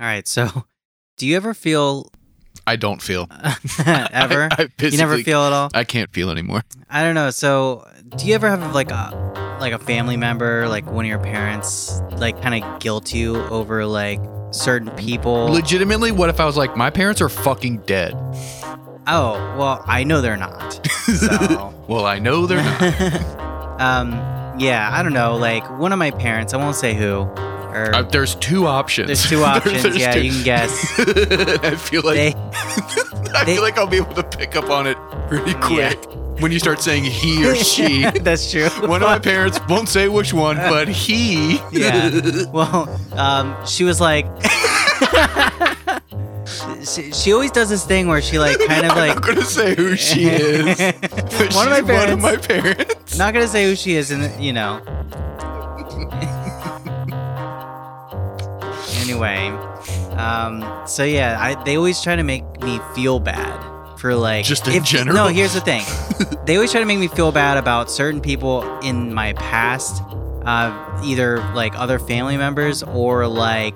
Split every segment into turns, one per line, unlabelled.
All right. So, do you ever feel
I don't feel.
ever?
I, I
you never
physically-
feel at all.
I can't feel anymore.
I don't know. So, do you ever have like a like a family member, like one of your parents, like kind of guilt you over like certain people?
Legitimately, what if I was like, my parents are fucking dead?
oh, well, I know they're not. So,
Well, I know they're not.
um, yeah, I don't know. Like one of my parents, I won't say who, or
Uh, there's two options.
there's two options. yeah, you can guess.
I feel like
They,
I
they-
feel like I'll be able to pick up on it pretty
Yeah.
quick when you start saying he or she.
that's true.
one of my parents won't say which one, but he.
Yeah. Well, um, she was like, she, she always does this thing where she like kind of
I'm
like
not gonna say who she is. But she's
One of my
One of
parents.
my parents.
not gonna say who she is, and you know. anyway, um, so yeah, I, they always try to make me feel bad for like
Just in
if-
general?
No, here's the thing: they always try to make me feel bad about certain people in my past, uh, either like other family members or like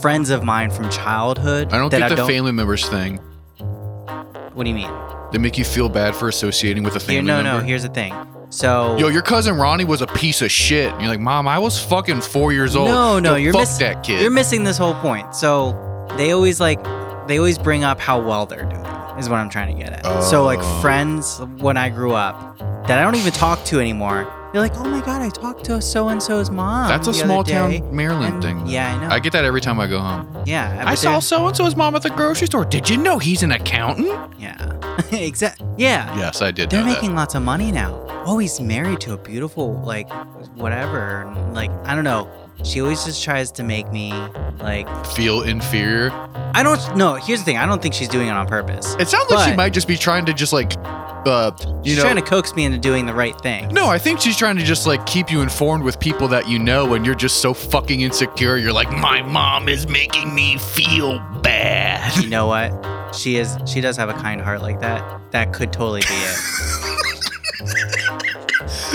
friends of mine from childhood.
I don't
that
get
I
the
don't,
family members thing.
What do you mean?
They make you feel bad for associating with a family
Here, no, no.
member.
Here's the thing. So
Yo, your cousin Ronnie was a piece of shit. And you're like, Mom, I was fucking four years old.
No, no,
Yo,
you're
fuck
miss-
that kid.
You're missing this whole point. So they always like they always bring up how well they're doing is what I'm trying to get at. So like
Oh.
friends when I grew up that I don't even talk to anymore. They're like, oh my god, I talked to so and so's mom.
That's a
the other
small
day."
town
And-
Maryland thing.
Yeah, I know.
I get that every time I go home.
yeah, but
I saw
they're-
so and so's mom at the grocery store. Did you know he's an accountant?
Yeah, exactly. Yeah,
Yes, I did.
they're
know that.
making lots of money now. Oh, he's married to a beautiful like whatever. and, Like I don't know. She always just tries to make me like
feel inferior.
I don't know. Here's the thing. I don't think she's doing it on purpose.
It sounds like she
But-
might just be trying to just like, uh, you
She's
know.
trying to coax me into doing the right thing.
no, I think she's trying to just like keep you informed with people that you know, and you're just so fucking insecure. You're like, my mom is making me feel bad.
You know what? She is. She does have a kind heart like that. That could totally be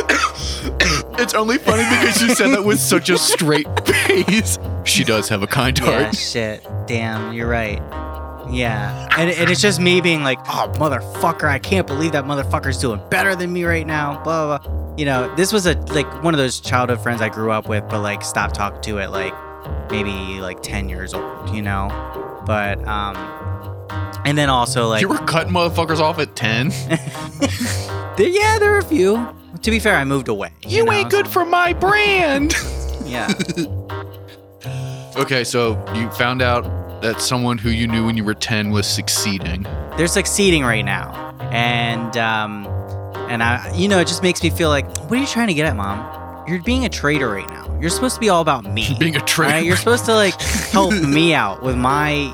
it.
It's only funny because you said that with such a straight face. She does have a kind
yeah.
heart.
Shit. Damn. You're right. Yeah. And, and it's just me being like, oh motherfucker, I can't believe that motherfucker's doing better than me right now. Blah blah. blah. You know, this was a like one of those childhood friends I grew up with, but like stopped talking to at like maybe like ten years old. You know, but um, and then also like
you were cutting motherfuckers off at 10.
There, yeah, there are a few. To be fair, I moved away.
You
know,
ain't good for my brand.
so- Yeah.
okay, so you found out that someone who you knew when you were 10 was succeeding.
They're succeeding right now. And, um, and I, you know, it just makes me feel like, what are you trying to get at, mom? You're being a traitor right now. You're supposed to be all about me.
Being a traitor.
You're supposed to, like, help me out with my,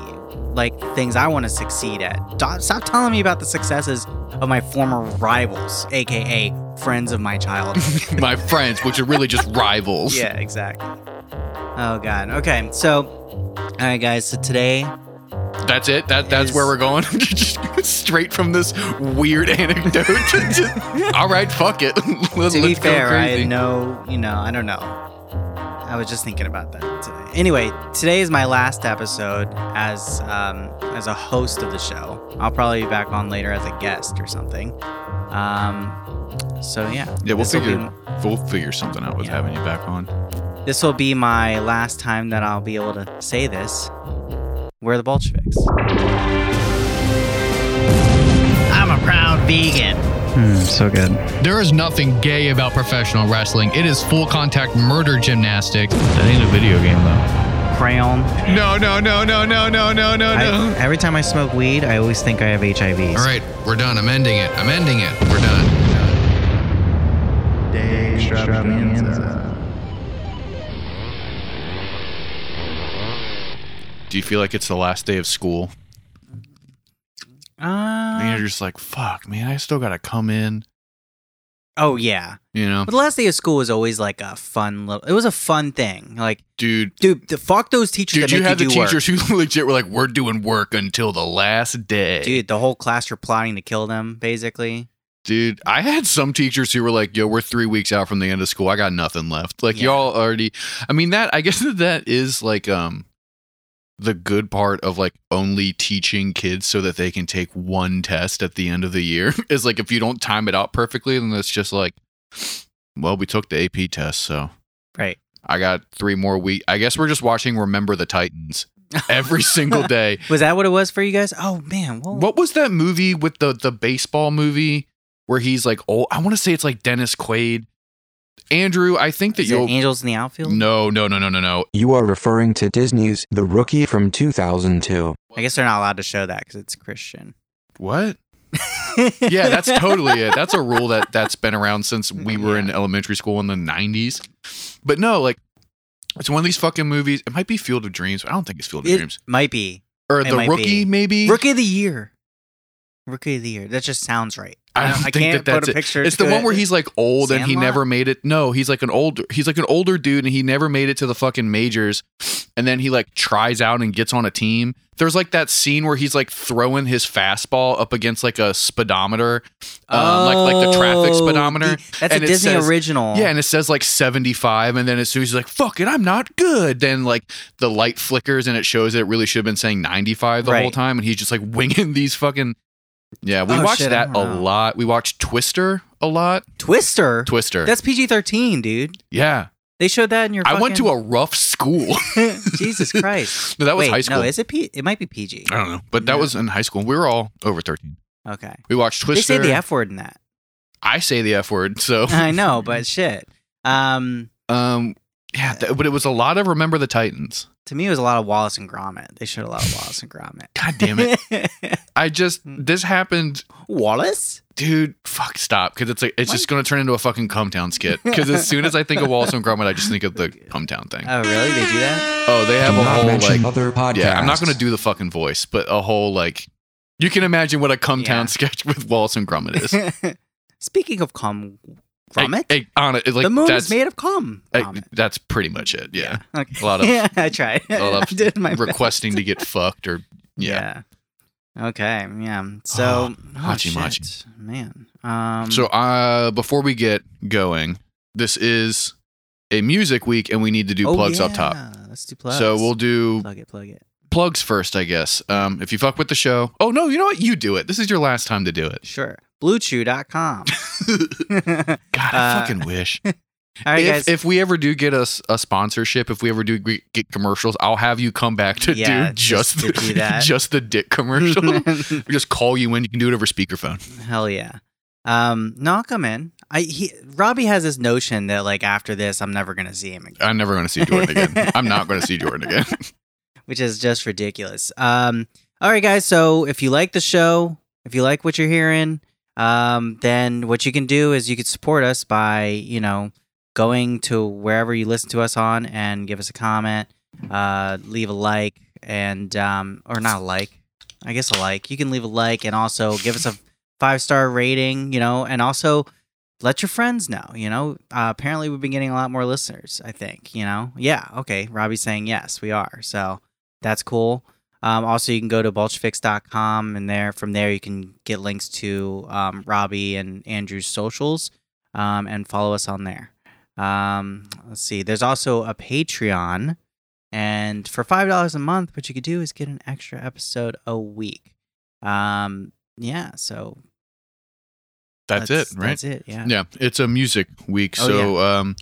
like, things I want to succeed at. Stop, stop telling me about the successes of my former rivals, AKA friends of my childhood.
my friends, which are really just rivals.
Yeah, exactly. Oh god. Okay. So, all right, guys. So today,
That's it. That that's
Is-
where we're going. just straight from this weird anecdote. to just- all right, fuck it. Let,
to be
let's go
fair, I
crazy.
had no, you know, I don't know. I was just thinking about that today. Anyway, today is my last episode as um, as a host of the show. I'll probably be back on later as a guest or something. Um, so yeah.
Yeah, we'll
this will be-
figure we'll figure something out with
Yeah.
having you back on.
This will be my last time that I'll be able to say this. We're the Bolsheviks. I'm a proud vegan. Hmm,
so good.
There is nothing gay about professional wrestling. It is full contact murder gymnastics.
That ain't a video game though.
Crayon.
No, no, no, no, no, no, no, no,
I, every time I smoke weed, I always think I have HIV.
All right, we're done. I'm ending it. I'm ending it. We're done. Do you feel like it's the last day of school? And
Uh,
you're just like, fuck, man, I still gotta come in.
oh yeah.
You know,
But the last day of school was always like a fun little. It was a fun thing. Like,
dude.
dude, the, fuck those teachers
Dude,
that
you
make
had the
you do work.
teachers who legit were like, we're doing work until the last day.
Dude, the whole class you're plotting to kill them, basically.
Dude, I had some teachers who were like, "Yo, we're three weeks out from the end of school. I got nothing left." Like
Yeah.
y'all already. I mean, that I guess that that is like um the good part of like only teaching kids so that they can take one test at the end of the year is like if you don't time it out perfectly, then it's just like, well, we took the AP test, so
Right.
I got three more weeks. I guess we're just watching Remember the Titans every single day.
Was that what it was for you guys? Oh man, what?
What was that movie with the the baseball movie where he's like, oh, I want to say it's like Dennis Quaid. Andrew, I think that
Is it
you'll
Angels in the Outfield?
no, no, no, no, no, no.
You are referring to Disney's The Rookie from 2002.
I guess they're not allowed to show that because it's Christian.
What? yeah, that's totally it. That's a rule that that's been around since we were in elementary school in the 90s. But no, like it's one of these fucking movies. It might be Field of Dreams. I don't think it's Field of
It
Dreams.
might be
Or
it
The
might be.
Rookie maybe.
Rookie of the Year. Rookie of the Year. That just sounds right.
I don't think
can't
that that's
put a
it.
picture.
It's the
to
one
it.
where he's like old and he
Sandlot?
never made it. No, he's like an older he's like an older dude and he never made it to the fucking majors. And then he like tries out and gets on a team. There's like that scene where he's like throwing his fastball up against like a speedometer, um, like like the traffic
Oh,
speedometer.
the- that's
and
a
it
Disney
says-
original.
Yeah, and it says like 75, and then as soon as he's like, fuck it, I'm not good, then like the light flickers and it shows that it really should have been saying 95 the whole
Right.
time, and he's just like winging these fucking. Yeah, we
Oh,
watched
shit, I
that a
don't know.
lot. We watched Twister a lot.
Twister.
Twister.
That's PG thirteen, dude.
yeah.
They showed that in your.
I went to
fucking-
a rough school.
Jesus Christ.
no, that was
Wait,
high school.
No, is it P? It might be PG.
I don't know. But that
Yeah.
was in high school. We were all over 13.
Okay.
We watched
They
Twister.
say the F word in that.
I say the F word. So,
I know, but shit. Um,
um, yeah, th- but it was a lot of Remember the Titans.
to me, it was a lot of Wallace and Gromit. They showed a lot of Wallace and Gromit.
God damn it. I just,
Mm.
this happened
Wallace?
dude, fuck, stop, because it's like it's
What?
just gonna turn into a fucking cumtown skit. Because as soon as I think of Wallace and Gromit, I just think of the cumtown thing.
Oh, really? They do that?
Oh, they have
Do
a
not
whole
mention
like,
other podcasts.
yeah, I'm not gonna do the fucking voice, but a whole like, you can imagine what a cumtown
Yeah.
sketch with Wallace and Gromit is.
Speaking of cum, Gromit?
Hey, hey, on it, like
the moon
that's
is made of cum.
hey,
Gromit.
that's pretty much it. Yeah,
Okay.
a lot of-
yeah, I tried.
A lot
I
of
did my best.
requesting to get fucked or
Yeah.
yeah. Ah,
Okay. Yeah. So, oh,
machi,
shit.
machi.
man. Um,
So uh, before we get going, this is a music week, and we need to do
oh,
plugs up
yeah,
top.
Let's do plugs.
So we'll do
plug it, plug it.
plugs first, I guess. Um, if you fuck with the show, oh no, you know what? You do it. This is your last time to do it.
Sure. Bluechew.com.
God, I
Uh,
fucking wish.
All right,
if,
guys.
if we ever do get us a, sponsorship, if we ever do g- get commercials, I'll have you come back to
Yeah,
do just
just to
the,
do that.
just the dick commercial. We just call you in. You can do it over speakerphone.
Hell yeah. Um, no, I'll come in. I he, Robbie has this notion that like after this, I'm never gonna see him again,
I'm never going to see Jordan again. I'm not going to see Jordan again.
which is just ridiculous. Um, all right, guys. So if you like the show, if you like what you're hearing, um, then what you can do is you could support us by you know going to wherever you listen to us on and give us a comment, uh, leave a like, and um, or not a like, I guess a like. You can leave a like and also give us a five star rating, you know, and also let your friends know, you know. Uh, apparently, we've been getting a lot more listeners, I think, you know. Yeah, okay. Robbie's saying yes, we are. So that's cool. Um, also, you can go to bulchfix.com, and there from there, you can get links to um, Robbie and Andrew's socials um, and follow us on there. Um, let's see. There's also a Patreon. And for $5 a month, what you could do is get an extra episode a week. Um, yeah, so
That's, it, right?
That's it. Yeah.
Yeah, it's a music week,
Oh,
so um,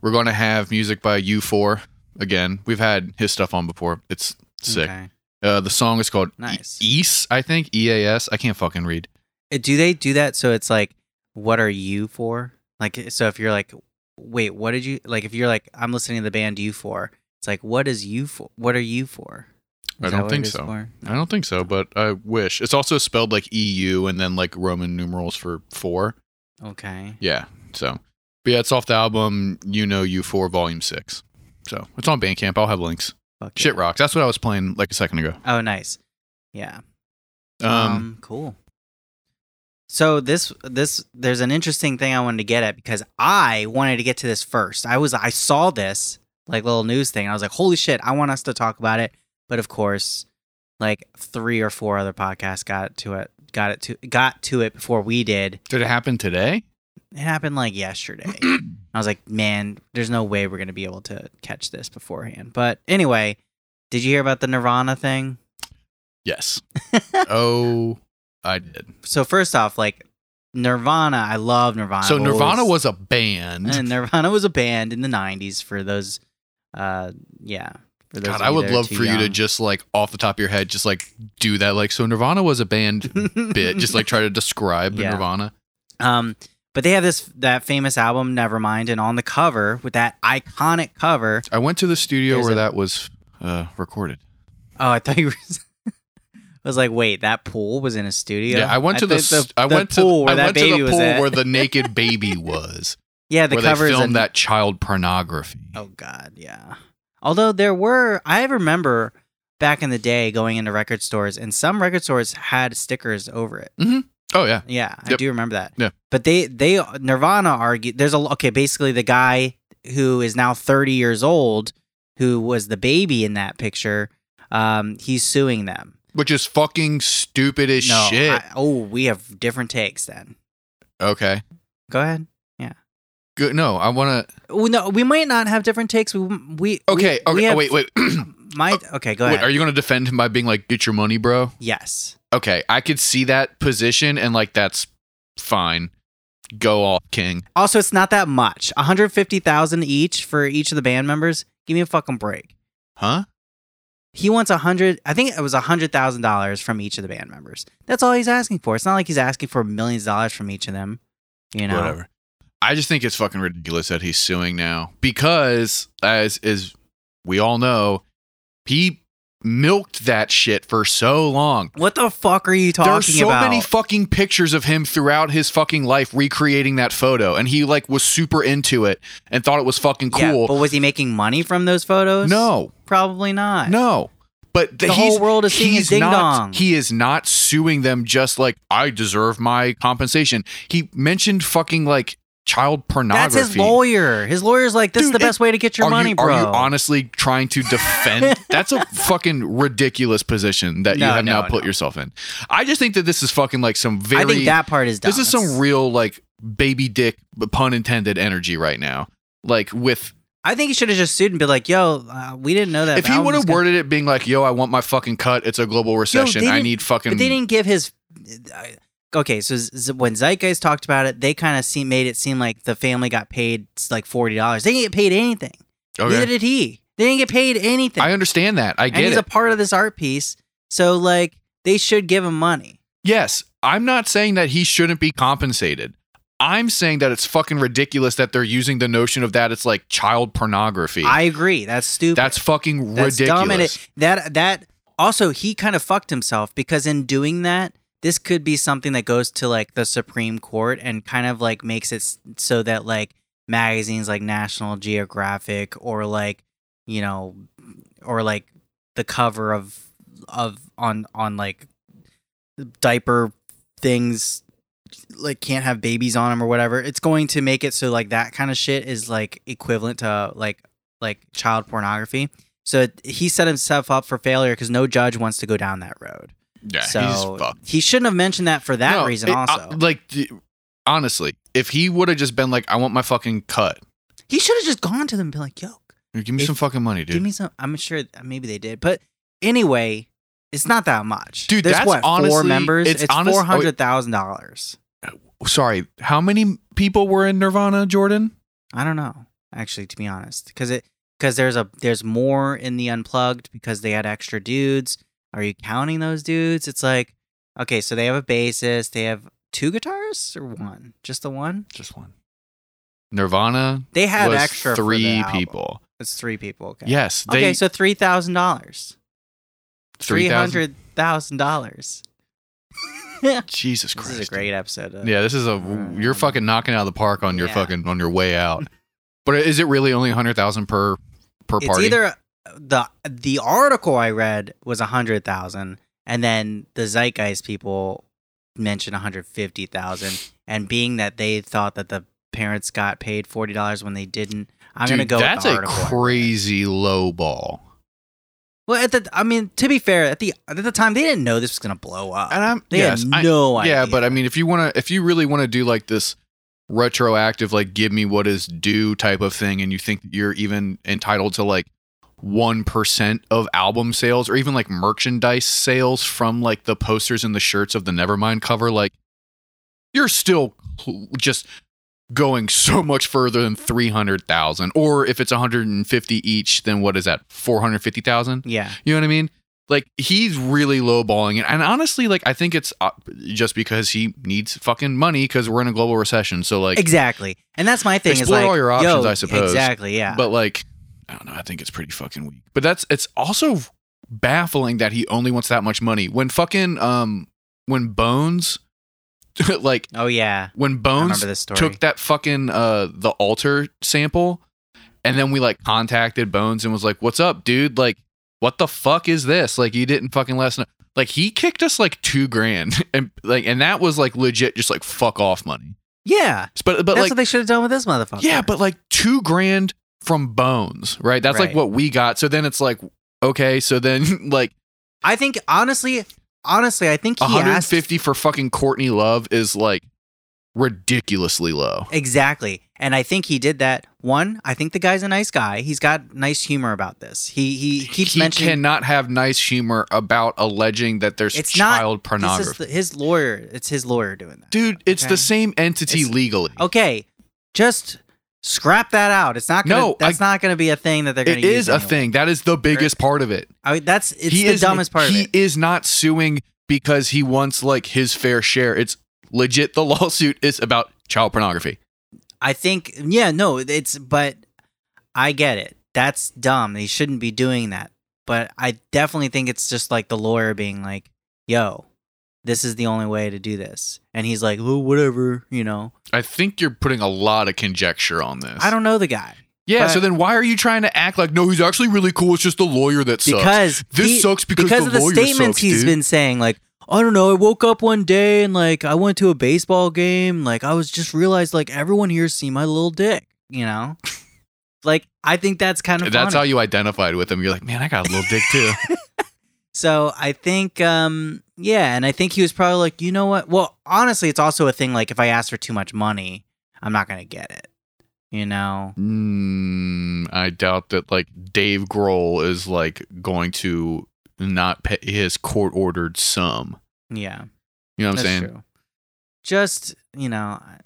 we're going to have music by U4 again. We've had his stuff on before. It's sick.
Okay.
Uh, the song is called
Nice.
E- Ease, I think. E A S. I can't fucking read.
Uh, Do they do that? So it's like, what are you for? Like, eh, so if you're like, wait, what did you like? If you're like, I'm listening to the band you for. It's like, what is you for? What are you for?
I
Is that
don't
what
think
it is
so.
for?
I don't think so, but I wish. It's also spelled like E U and then like Roman numerals for four.
Okay.
Yeah. So, but yeah, it's off the album You Know U4 Volume Six. So it's on Bandcamp. I'll have links.
Fuck
Shit
yeah.
rocks. That's what I was playing like a second ago.
Oh, nice. Yeah.
Um,
um cool. So this this there's an interesting thing I wanted to get at because I wanted to get to this first. I was I saw this like little news thing and I was like, "Holy shit, I want us to talk about it." But of course, like three or four other podcasts got to it got it to got to it before we did.
Did it happen today?
It happened like yesterday. I was like, "Man, there's no way we're going to be able to catch this beforehand." But anyway, Did you hear about the Nirvana thing?
Yes. oh, I did.
So first off, like Nirvana, I love Nirvana.
So
I've
Nirvana
always-
was a band.
and Nirvana was a band in the '90s for those. Uh, yeah. For those
God,
of
I
you
would
that are
love
too
for you to
young.
just like off the top of your head, just like do that. Like, so Nirvana was a band bit. Just like try to describe
Yeah.
Nirvana.
Um, but they have this that famous album Nevermind, and on the cover with that iconic cover.
I went to the studio
There's
where
a-
that was uh, recorded.
Oh, I thought you were. I was like, wait, that pool was in a studio.
Yeah, I went to the,
think
s- I went to
pool
I
where that
went
baby
to the
was
pool
at.
where the naked baby was.
yeah, the
where
cover
they
is
filmed
a-
that child pornography.
Oh God, yeah. Although there were, I remember back in the day going into record stores, and some record stores had stickers over it.
Oh yeah.
Yeah, I
Yep.
do remember that.
Yeah.
But they they Nirvana argued there's a okay, basically the guy who is now 30 years old who was the baby in that picture, um he's suing them.
Which is fucking stupid as
no,
shit.
I- oh, we have different takes then.
okay.
Go ahead.
Good. No, I want to.
Well, no, we might not have different takes. We we
Okay.
we-
okay.
we have-
oh, wait. Wait.
My okay, go
wait
ahead.
are you going to defend him by being like, "Get your money, bro"?
yes.
Okay, I could see that position, and like that's fine. Go off, king.
Also, it's not that much. 150,000 each for each of the band members. Give me a fucking break.
Huh?
he wants a hundred i think it was a hundred thousand dollars from each of the band members that's all he's asking for it's not like he's asking for millions of dollars from each of them you know
Whatever. I just think it's fucking ridiculous that he's suing now because, as as we all know, he milked that shit for so long.
what the fuck are you talking
There's so
about
many fucking pictures of him throughout his fucking life recreating that photo, and he like was super into it and thought it was fucking
Yeah,
cool.
but was he making money from those photos
no,
probably not
no. But
The
he's-
whole world is seeing his
he's not-
ding-dong.
He is not suing them just like I deserve my compensation. He mentioned fucking like child
that's
pornography.
his lawyer his lawyer's like this is
Dude,
the best way to get your
are
money
you,
bro
Are you honestly trying to defend? That's a fucking ridiculous position that
No,
you have
no,
now put
no.
yourself in. I just think that this is fucking like some very.
i think that part is dumb.
this is some
It's-
real like baby dick, pun intended, energy right now. Like with
i think he should have just sued and be like yo uh, we didn't know that
if he
album
would
was
have
gonna-
worded it being like, "Yo, I want my fucking cut. It's a global recession. I
didn't-
need fucking."
But they didn't give his. uh, Okay, so Z- when Zeitgeist talked about it, they kind of se- made it seem like the family got paid like forty dollars. They didn't get paid anything.
okay.
Neither did he. They didn't get paid anything.
I understand that. I
and
get
he's
it.
a part of this art piece, so like they should give him money.
Yes, I'm not saying that he shouldn't be compensated. I'm saying that it's fucking ridiculous that they're using the notion of that it's like child pornography.
I agree. That's stupid.
That's fucking
That's
ridiculous.
dumb. And it, that that also he kind of fucked himself because in doing that, this could be something that goes to like the Supreme Court and kind of like makes it s- so that like magazines like National Geographic or like you know or like the cover of of on on like diaper things like can't have babies on them or whatever it's going to make it so like that kind of shit is like equivalent to like like child pornography so it, he set himself up for failure because no judge wants to go down that road
yeah,
so
he's fucked.
he shouldn't have mentioned that for that
No,
reason
it- uh, I-
also
like, d- honestly, if he would have just been like, "I want my fucking cut,"
he should have just gone to them and been like yo
give me
If-
some fucking money, dude.
give me some i'm sure maybe they did but anyway it's not that much
Dude,
There's
that's
what four
honestly-
members
it's
it's,
honest- oh, wait.
$400000
Sorry, how many people were in Nirvana, Jordan?
I don't know, actually, to be honest, because it because there's a there's more in the unplugged because they had extra dudes. Are you counting those dudes? It's like okay, so they have a bassist, they have two guitarists or one, just the one.
Just one. Nirvana
They had
was
extra for the
three
album.
people.
It's three people. Okay.
Yes, they
okay, so three thousand dollars, three
3,000
hundred thousand dollars. This
Jesus Christ.
is a
dude.
great episode. Of,
Yeah, this is a
Mm.
you're fucking knocking it out of the park on your
Yeah.
fucking on your way out. but is it really only hundred thousand per per
it's
party?
either the the article I read was a hundred thousand, and then the Zeitgeist people mentioned one hundred fifty thousand. And being that they thought that the parents got paid forty dollars when they didn't, I'm gonna
Dude,
go.
That's
with the
a
article I read.
crazy low ball.
Well, at the I mean, to be fair, at the at the time they didn't know this was gonna blow up.
And I'm
They
yes,
had
I-
no idea.
yeah, but I mean, if you want to, if you really want to do like this retroactive, like give me what is due type of thing, and you think that you're even entitled to like 1% of album sales or even like merchandise sales from like the posters and the shirts of the Nevermind cover, like you're still cl- just going so much further than 300,000. Or if it's 150 each, then what is that? 450,000?
Yeah.
You know what I mean? Like he's really lowballing it, and honestly, like I think it's uh, just because he needs fucking money because we're in a global recession. So like,
exactly. And that's my thing is
Explore
like
all your options,
yo,
I suppose.
Exactly, yeah.
but like, I don't know. I think it's pretty fucking weak. But that's it's also baffling that he only wants that much money when fucking um when Bones, like
oh yeah.
when
I
Bones
remember this story.
took that fucking uh the altar sample and then we like contacted bones and was like what's up dude like what the fuck is this like you didn't fucking let us know like he kicked us like two grand and like and that was like legit just like fuck off money
yeah.
but but
That's
like
what they should have done with this motherfucker.
yeah but like two grand from bones right that's
Right.
like what we got so then it's like okay so then like
I think honestly honestly I think he asked
150 for fucking courtney love is like ridiculously low
Exactly. And I think he did that. One, I think the guy's a nice guy. He's got nice humor about this. He he keeps
he
mentioning
cannot have nice humor about alleging that there's
It's not-
child
this
pornography.
is the, his lawyer. It's his lawyer doing that.
Dude, it's
Okay.
the same entity
It's- Oh,
legally.
Okay, just scrap that out. It's not gonna,
No,
That's not going to be a thing that they're going
It
to use.
is a
anyway.
thing. That is the biggest part of it.
I mean, that's it's
He
the
is-
dumbest part
He
of it.
is not suing because he wants like his fair share. It's legit. The lawsuit is about child pornography.
I think. Yeah, no, it's but I get it. That's dumb. He shouldn't be doing that. But I definitely think it's just like the lawyer being like, "Yo, this is the only way to do this," and he's like, "Oh, whatever," you know.
I think you're putting a lot of conjecture on this.
I don't know the guy
Yeah.
but-
so then why are you trying to act like no? He's actually really cool. It's just the lawyer that sucks.
because
this
he-
sucks because,
because
the
of the
lawyer
statements
sucks,
he's
dude.
been saying like i don't know i woke up one day and like i went to a baseball game like i was just realized like everyone here see my little dick you know like i think that's kind of
That's
funny.
how you identified with him. You're like, man, I got a little dick too.
so i think um yeah and i think he was probably like you know what well honestly it's also a thing like if i ask for too much money i'm not gonna get it you know Hmm,
Mm, I doubt that like Dave Grohl is like going to not pay his court ordered sum.
yeah
You know what I'm
That's
saying?
True. Just you know, I-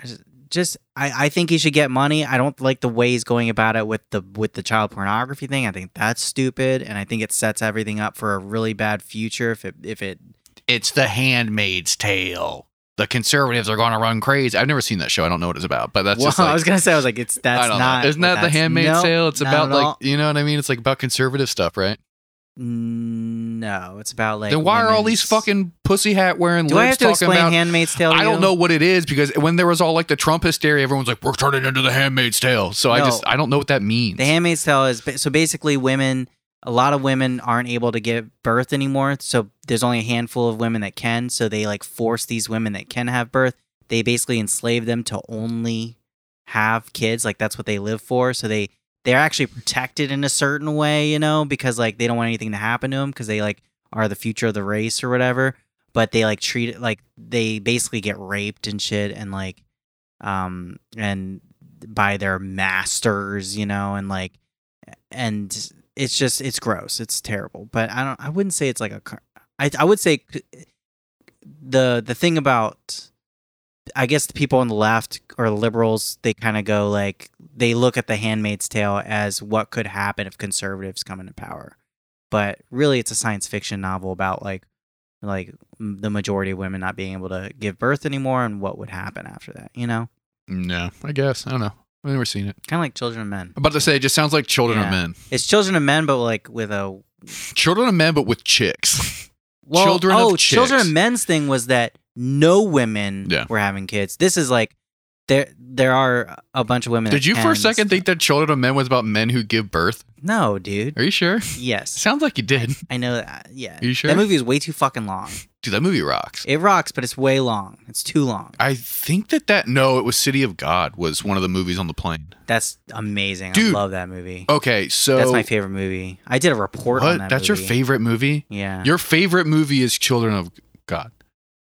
I just, just I, I think he should get money. I don't like the way he's going about it with the with the child pornography thing. I think that's stupid, and I think it sets everything up for a really bad future if it if it.
It's the handmaid's tale. The conservatives are going to run crazy. I've never seen that show. I don't know what it's about, but that's
well,
just like,
I was gonna say I was like, it's that's
I don't
not.
know. Isn't that the
that's-
handmaid's
no,
tale? It's
not
about
at
like,
all.
you know what I mean? It's like about conservative stuff, right?
No, it's about like.
then why are all these
women's-
fucking pussy hat wearing
Do I have
libs
to
talking
explain
about
Handmaid's Tale? to
I don't
you?
know what it is because when there was all like the Trump hysteria, everyone's like, "We're turning into the Handmaid's Tale." So I
No.
just I don't know what that means.
The Handmaid's Tale is ba- so basically women. A lot of women aren't able to give birth anymore, so there's only a handful of women that can. So they like force these women that can have birth. They basically enslave them to only have kids. Like that's what they live for. So they they're actually protected in a certain way, you know, because like they don't want anything to happen to them because they like are the future of the race or whatever. But they like treat it like they basically get raped and shit and like um and by their masters, you know, and like and it's just it's gross. It's terrible. But I don't I wouldn't say it's like a cur- I I would say c- the the thing about I guess the people on the left or liberals, they kind of go like they look at the Handmaid's Tale as what could happen if conservatives come into power, but really it's a science fiction novel about like like m- the majority of women not being able to give birth anymore and what would happen after that. You know,
No, I guess I don't know. I've never seen it.
kind of like Children of Men.
I'm about to say, it just sounds like Children
Yeah.
of Men.
It's Children of Men, but like with a
Children of Men, but with chicks.
well,
Children of
oh, Children
Chicks.
of Men's thing was that no women
Yeah.
were having kids. This is like there there are a bunch of women.
Did
that
you for
can
a second think that Children of Men was about men who give birth?
No, dude.
Are you sure?
Yes,
Sounds like you did.
I know that. Yeah,
You sure?
that movie is way too fucking long.
Dude, that movie rocks.
It rocks, but it's way long. It's too long.
I think that that no, it was City of God was one of the movies on the plane.
That's amazing.
Dude.
I love that movie.
Okay, so
That's my favorite movie. I did a report on
What?
that.
That's your
movie.
favorite movie?
Yeah.
Your favorite movie is Children of God.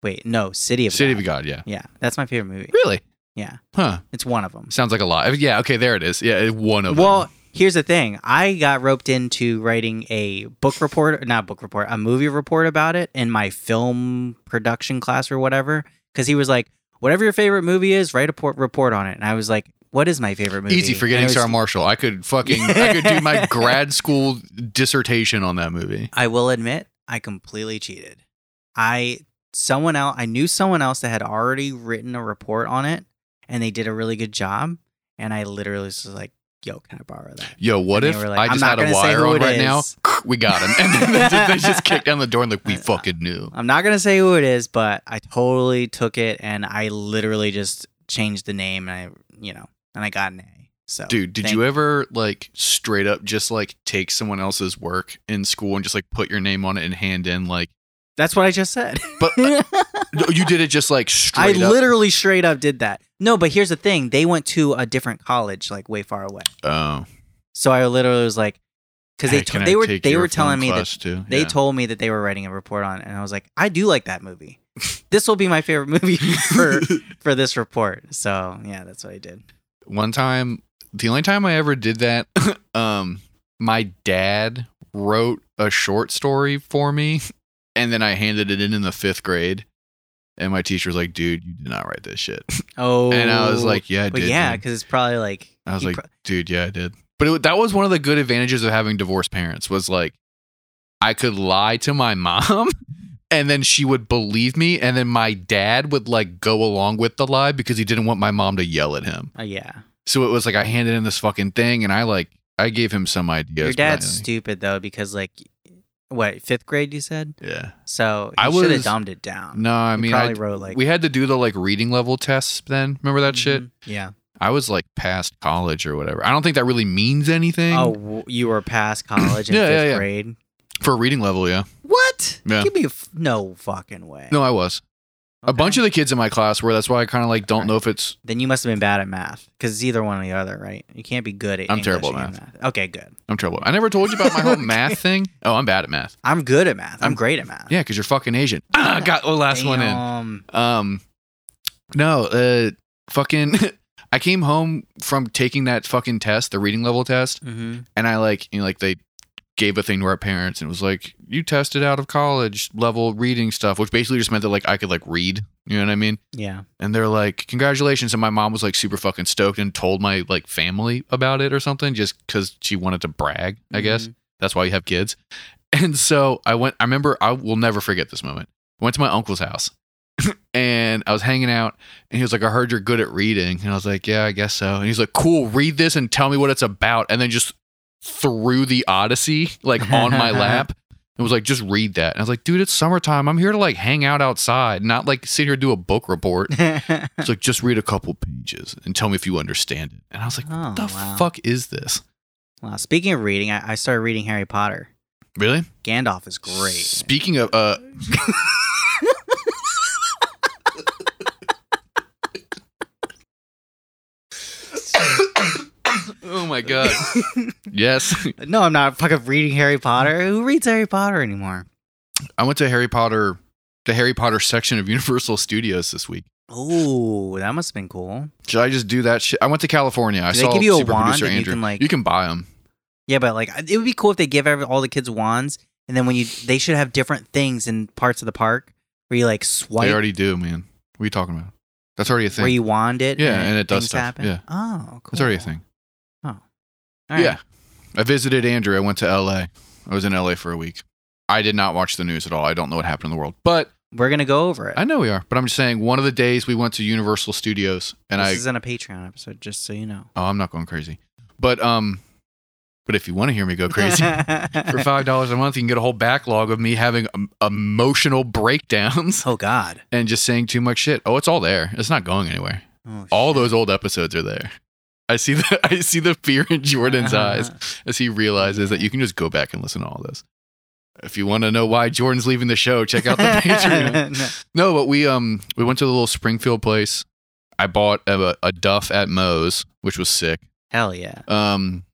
Wait, no, City of
City
God.
of God, yeah.
Yeah, that's my favorite movie.
Really?
Yeah,
Huh.
it's one of them.
Sounds like a lot. Yeah, okay, there it is. Yeah, one of
Well,
them.
here's the thing I got roped into writing a book report, not book report, a movie report about it in my film production class or whatever. Because he was like, whatever your favorite movie is, write a por- report on it. And I was like, what is my favorite movie?
Easy forgetting
And it was-
Sarah Marshall. I could fucking I could do my grad school dissertation on that movie.
I will admit, I completely cheated. I someone else I knew someone else that had already written a report on it and they did a really good job. And I literally was just like, yo, can I borrow that?
Yo, what
And
if
they were like,
I
"I'm
just
not
had a
gonna say
wire
who
on
it
right now?
is."
We got him. And then they just, they just kicked down the door and like we fucking knew.
I'm not gonna say who it is, but I totally took it and I literally just changed the name and I you know, and I got an A. So
Dude, did
thank-
you ever like straight up just like take someone else's work in school and just like put your name on it and hand in like
That's what I just said.
But- no, you did it just like
I
straight up.
literally straight up did that. No, but here's the thing. They went to a different college, like way far away.
Oh.
So I literally was like, because they
Hey,
to-
can I
they were
take
they
your
were telling
film
me that
class too?
they
Yeah.
told me that they were writing a report on, it, and I was like, I do like that movie. this will be my favorite movie for for this report. So yeah, that's what I did.
one time the only time i ever did that um my dad wrote a short story for me and then i handed it in in the fifth grade and my teacher was like dude you did not write this shit
Oh,
and i was like yeah i
but
did
yeah,
dude."
because it's probably like
i was
you
like
pro-
dude yeah i did but it, that was one of the good advantages of having divorced parents was like i could lie to my mom and then she would believe me and then my dad would like go along with the lie because he didn't want my mom to yell at him
oh, yeah.
so it was like I handed him this fucking thing, and I like I gave him some ideas.
Your
but I-
dad's stupid though, because like, what fifth grade you said?
yeah.
So
I
I should have
was-
dumbed it down.
No, I
You
mean, I,
probably wrote like
we had to do the like reading level tests. Then remember that shit?
Mhm. Yeah.
I was like past college or whatever. I don't think that really means anything
Oh, w- you were past college in
Yeah, yeah,
fifth
yeah.
grade.
for reading level. Yeah.
What?
Yeah.
Give me a f- no fucking way.
No, I was. A bunch of the kids in my class were. That's why I kind of like don't
Right.
know if it's.
Then you must have been bad at math because it's either one or the other, right? You can't be good at.
I'm
English
terrible at
and Okay, good.
I'm trouble. I never told you about my whole
Okay.
math thing. Oh, I'm bad at math.
I'm good at math. I'm,
I'm-
great at math.
Yeah, because you're fucking Asian. Ah, got the last one in.
Damn.
Um, no, uh, fucking. I came home from taking that fucking test, the reading level test,
Mhm.
and I like, you know, like they gave a thing to our parents and it was like, you tested out of college level reading stuff, which basically just meant that like I could like read, you know what I mean?
Yeah.
And they're like, congratulations. And my mom was like super fucking stoked and told my like family about it or something just because she wanted to brag, I guess.
Mhm.
That's why you have kids. And so I went, I remember, I will never forget this moment. I went to my uncle's house and I was hanging out and he was like, I heard you're good at reading. And I was like, yeah, I guess so. And he's like, cool, read this and tell me what it's about. And then just threw the Odyssey like on my lap. And was like, just read that. And I was like, dude, it's summertime. I'm here to like hang out outside, not like sit here and do a book report.
Mm-hmm.
It's like just read a couple pages and tell me if you understand it. And I was like, what
Oh,
the
wow.
fuck is this?
Wow. Speaking of reading, I, I started reading Harry Potter.
Really?
Gandalf is great.
Speaking of uh Oh my god. yes.
no, I'm not fucking reading Harry Potter. Who reads Harry Potter anymore?
I went to Harry Potter the Harry Potter section of Universal Studios this week.
Oh, that must have been cool.
Should I just do that shit? I went to California. I
Do they
saw
give you a
super
wand
producer
and you
Andrew.
can, like-
you can buy them.
Yeah, but like it would be cool if they give every, all the kids wands, and then when you they should have different things in parts of the park where you like swipe
They already do, man. What are you talking about? That's already a thing.
where you wand it.
Yeah, and it does
things
stuff.
Happen.
Yeah.
Oh, cool.
That's already a thing.
All right.
Yeah. I visited Andrew. I went to LA. I was in LA for a week. I did not watch the news at all. I don't know what happened in the world, but
We're gonna go over it.
I know we are. But I'm just saying, one of the days we went to Universal Studios, and
this
I
isn't a Patreon episode, just so you know.
oh, I'm not going crazy, but um, but if you want to hear me go crazy for five dollars a month, you can get a whole backlog of me having um, emotional breakdowns
oh God.
and just saying too much shit. Oh, it's all there. It's not going anywhere.
Oh,
All
shit.
those old episodes are there. I see the I see the fear in Jordan's eyes. as he realizes that you can just go back and listen to all this. If you want to know why Jordan's leaving the show, check out the Patreon.
No.
No, but we um we went to the little Springfield place. I bought a, a duff at Moe's, which was sick.
Hell yeah!
Um,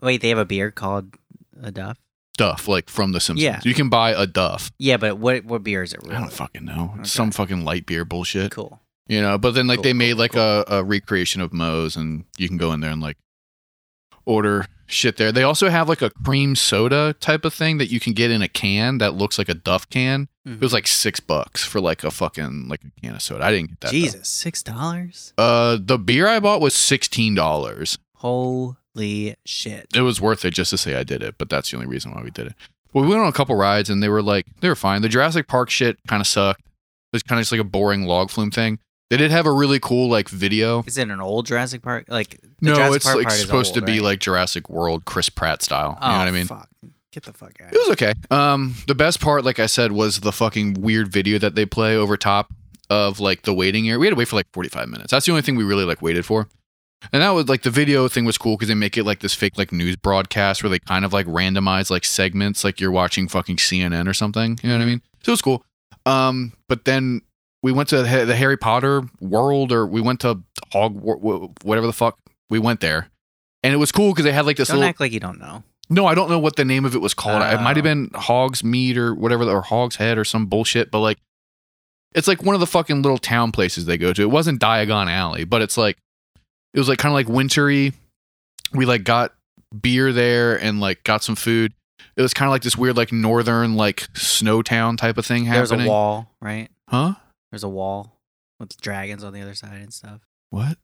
Wait, they have a beer called a Duff.
duff like from The Simpsons.
Yeah.
you can buy a duff.
Yeah, but what what beer is it really?
I don't fucking know.
Okay.
It's Some fucking light beer bullshit.
Cool.
You know, but then like
Cool,
they
cool,
made like
cool.
a, a recreation of Moe's, and you can go in there and like order shit there. They also have like a cream soda type of thing that you can get in a can that looks like a Duff can. It
Mm-hmm.
was like six bucks for like a fucking like a can of soda. I didn't get that. though.
Jesus, six dollars?
Uh, the beer I bought was sixteen dollars.
Holy shit!
It was worth it just to say I did it, but that's the only reason why we did it. But we went on a couple rides and they were like they were fine. The Jurassic Park shit kind of sucked. It was kind of just like a boring log flume thing. They did have a really cool like video.
Is it an old Jurassic Park? Like the
no,
Jurassic
it's
Park
like
part is
supposed to
old,
be
right?
like Jurassic World, Chris Pratt style.
oh,
you know what I mean?
Fuck. Get the fuck out.
It was okay. Um, the best part, like I said, was the fucking weird video that they play over top of like the waiting area. We had to wait for like 45 minutes. That's the only thing we really like waited for. And that was like the video thing was cool because they make it like this fake like news broadcast where they kind of like randomize like segments like you're watching fucking CNN or something. You know what I mean? So it was cool. Um, but then we went to the Ha- the Harry Potter world or we went to Hog whatever the fuck we went there, and it was cool because they had like this
Don't
little
act like you don't know.
no, I don't know what the name of it was called. it might
Oh.
have been Hog's Meat or whatever, or Hog's Head or some bullshit. But like, it's like one of the fucking little town places they go to. It wasn't Diagon Alley, but it's like, it was like kind of like wintry. We like got beer there and like got some food. It was kind of like this weird like northern like snow town type of thing
There's
happening.
a wall, right?
Huh?
There's a wall with dragons on the other side and stuff.
What?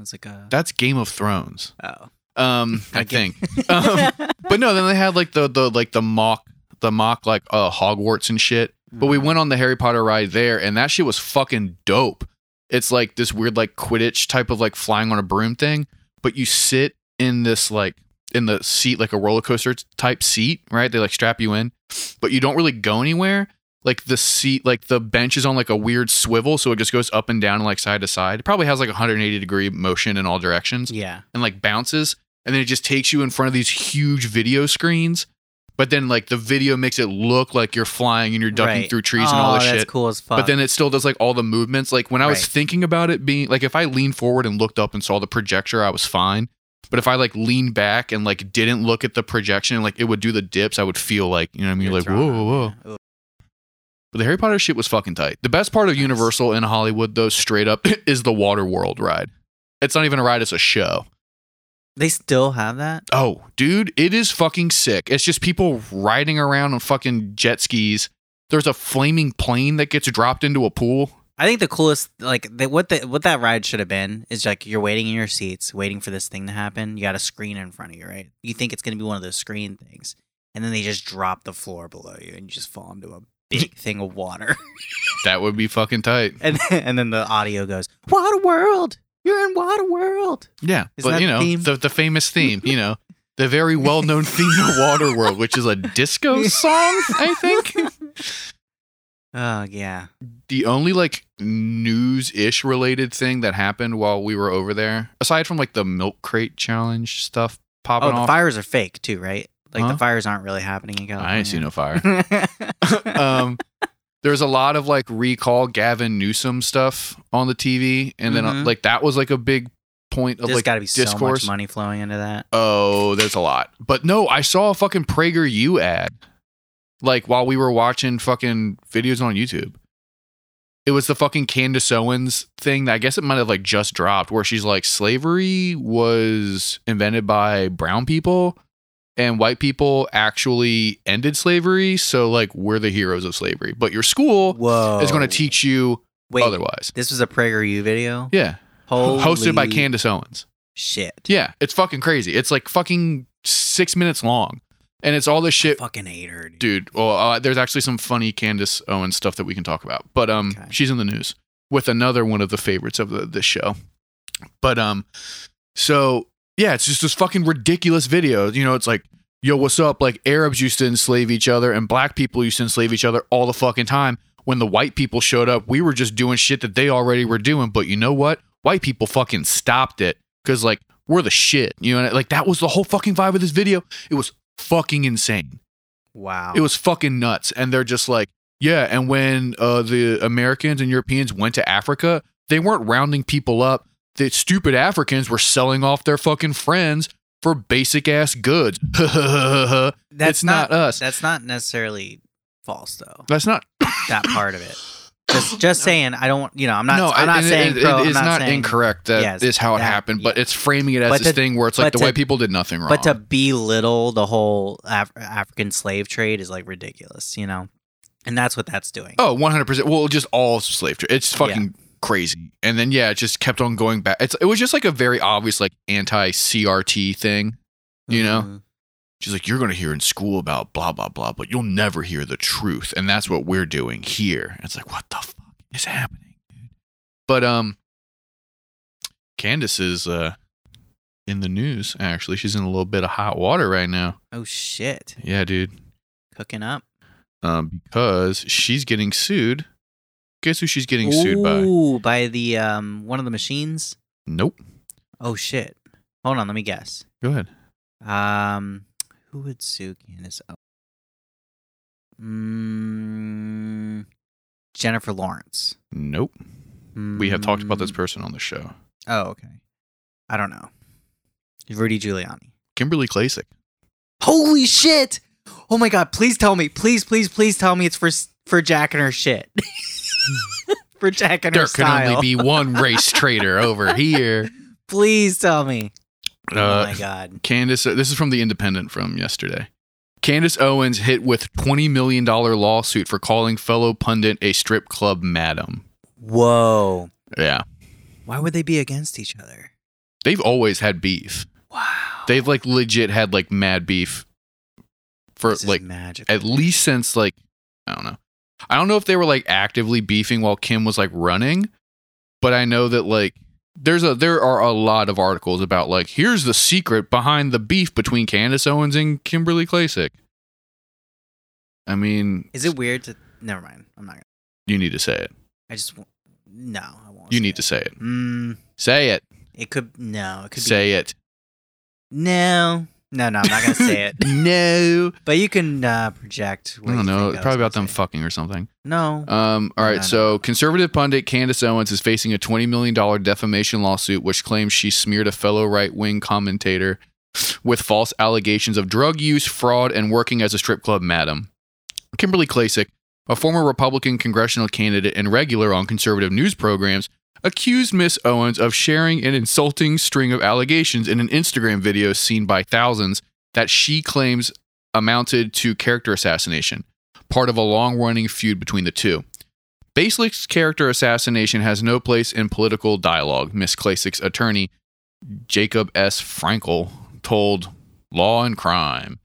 It's like a
That's Game of Thrones.
oh,
Um, I
get-
think. Um, but no, then they had like the the like the mock the mock like uh Hogwarts and shit. But we went on the Harry Potter ride there, and that shit was fucking dope. It's like this weird like Quidditch type of like flying on a broom thing, but you sit in this like in the seat like a roller coaster type seat, right? They like strap you in, but you don't really go anywhere. Like the seat, like the bench is on like a weird swivel, so it just goes up and down and like side to side. It probably has like 180 degree motion in all directions
yeah.
and like bounces and then it just takes you in front of these huge video screens but then like the video makes it look like you're flying and you're ducking
Right.
through trees and all
Oh,
this
that's
shit
cool as fuck.
but then it still does like all the movements like when i was
Right.
thinking about it being like if i leaned forward and looked up and saw the projector i was fine but if i like leaned back and like didn't look at the projection like it would do the dips i would feel like you know what i mean
You're
like
thrown
whoa whoa whoa
out, yeah. Ooh,
but the harry potter shit was fucking tight the best part of universal in hollywood though straight up is the water world ride it's not even a ride it's a show
They still have that.
Oh, dude, it is fucking sick. It's just people riding around on fucking jet skis. There's a flaming plane that gets dropped into a pool.
I think the coolest, like the, what the what that ride should have been, is like you're waiting in your seats, waiting for this thing to happen. You got a screen in front of you, right? You think it's gonna be one of those screen things, and then they just drop the floor below you, and you just fall into a big thing of water,
That would be fucking tight.
and then, and then the audio goes, "Water World, you're in Water World."
Yeah,
Isn't
but
that
you
the
know
theme?
the the famous theme, you know, the very well known theme of Waterworld, which is a disco song, I think.
Oh yeah,
The only like news ish related thing that happened while we were over there, aside from like the milk crate challenge stuff popping
oh the
off,
fires are fake too, right? Like
Huh?
the fires aren't really happening in California.
I ain't seen no fire.
no.
um, there's a lot of like recall Gavin Newsom stuff on the TV, and then uh,
Mhm.
like that was like a big point of
There's
like
got to be so
discourse.
much money flowing into that.
oh, there's a lot, but no, I saw a fucking Prager U ad, like while we were watching fucking videos on YouTube. It was the fucking Candace Owens thing that I guess it might have like just dropped, where she's like, slavery was invented by brown people. And white people actually ended slavery, so like we're the heroes of slavery. But your school
Whoa,
is going to teach you
Oh. Wait,
otherwise.
This was a PragerU video.
Yeah.
Holy
Hosted by Candace Owens.
Shit.
Yeah. It's fucking crazy. It's like fucking six minutes long. And it's all this shit.
Fucking hate her, dude.
Dude, well, uh, there's actually some funny Candace Owens stuff that we can talk about. But um,
Okay.
she's in the news with another one of the favorites of the, this show. But um, so yeah, it's just this fucking ridiculous video. You know, it's like, yo, what's up? Like Arabs used to enslave each other and black people used to enslave each other all the fucking time. When the white people showed up, we were just doing shit that they already were doing. But you know what? White people fucking stopped it because like we're the shit. You know, and, like that was the whole fucking vibe of this video. It was fucking insane.
Wow.
It was fucking nuts. And they're just like, yeah. And when uh, the Americans and Europeans went to Africa, they weren't rounding people up. The stupid Africans were selling off their fucking friends for basic ass goods. that's
that's
it's not us.
That's not necessarily false though.
not.
that part of it. Just just saying. I don't. You know, I'm not.
no,
I'm not
and it-
saying.
it-
pro,
it
I'm
is
not,
not
saying,
incorrect. That is
Yes,
how it
that-
happened, but
yeah.
it's framing it as
But
this
to-
thing where it's like
but
the
to-
white people did nothing wrong.
But to belittle the whole Af- African slave trade is like ridiculous. You know, and that's what that's doing.
Oh, 100%. Well, just all slave trade. It's fucking crazy. And then, yeah, it just kept on going back. It's, it was just like a very obvious, like, anti CRT thing. You know?
Mhm.
She's like, You're going to hear in school about blah, blah, blah, but you'll never hear the truth. And that's what we're doing here. And it's like, What the fuck is happening, dude? But, um, Candace is, uh, in the news, actually. She's in a little bit of hot water right now.
Oh shit,
Yeah, dude
cooking up.
um, because she's getting sued. Guess who she's getting sued by?
Ooh, by the um one of the machines.
Nope.
Oh shit. Hold on, let me guess.
Go ahead.
Um, who would sue Candace? Owens? Mm, Jennifer Lawrence.
Nope. We have talked about this
Mm,
person on the show.
Oh, okay. I don't know. Rudy Giuliani.
Kimberly Klasick.
Holy shit! Oh my god! Please tell me, please, please, please tell me it's for for Jack and her shit. for Jack and her
There can
style.
only be one race traitor over here.
please tell me. oh
Uh,
my god.
Candace, this is from The Independent from yesterday. Candace Owens hit with $20 million lawsuit for calling fellow pundit a strip club madam.
Whoa.
Yeah.
Why would they be against each other?
They've always had beef.
Wow.
They've like legit had like mad beef for
This is
like
magical.
at least since like I don't know. I don't know if they were like actively beefing while Kim was like running, but I know that like there's a there are a lot of articles about like here's the secret behind the beef between Candace Owens and Kimberly Klasick. I mean,
Is it weird to? Never mind. I'm not. gonna
you need to say it.
I just won't- no. I won't.
You
say
need
it.
to say it.
Mm,
Say it.
it could no. It could
Say it.
be no. No, no, I'm not gonna say it.
no.
But you can uh, project.
I
What
don't
you
know.
think
It's
I was
probably about
gonna
them
say.
fucking or something.
no.
Um, all right.
No, no,
so, conservative pundit Candace Owens is facing a $20 million defamation lawsuit, which claims she smeared a fellow right wing commentator with false allegations of drug use, fraud, and working as a strip club madam. Kimberly Klasick, a former Republican congressional candidate and regular on conservative news programs, accused Miss Owens of sharing an insulting string of allegations in an Instagram video seen by thousands that she claims amounted to character assassination, part of a long running feud between the two. Basilic's character assassination has no place in political dialogue, Miss Klasick's attorney, Jacob S. Frankel, told Law and Crime.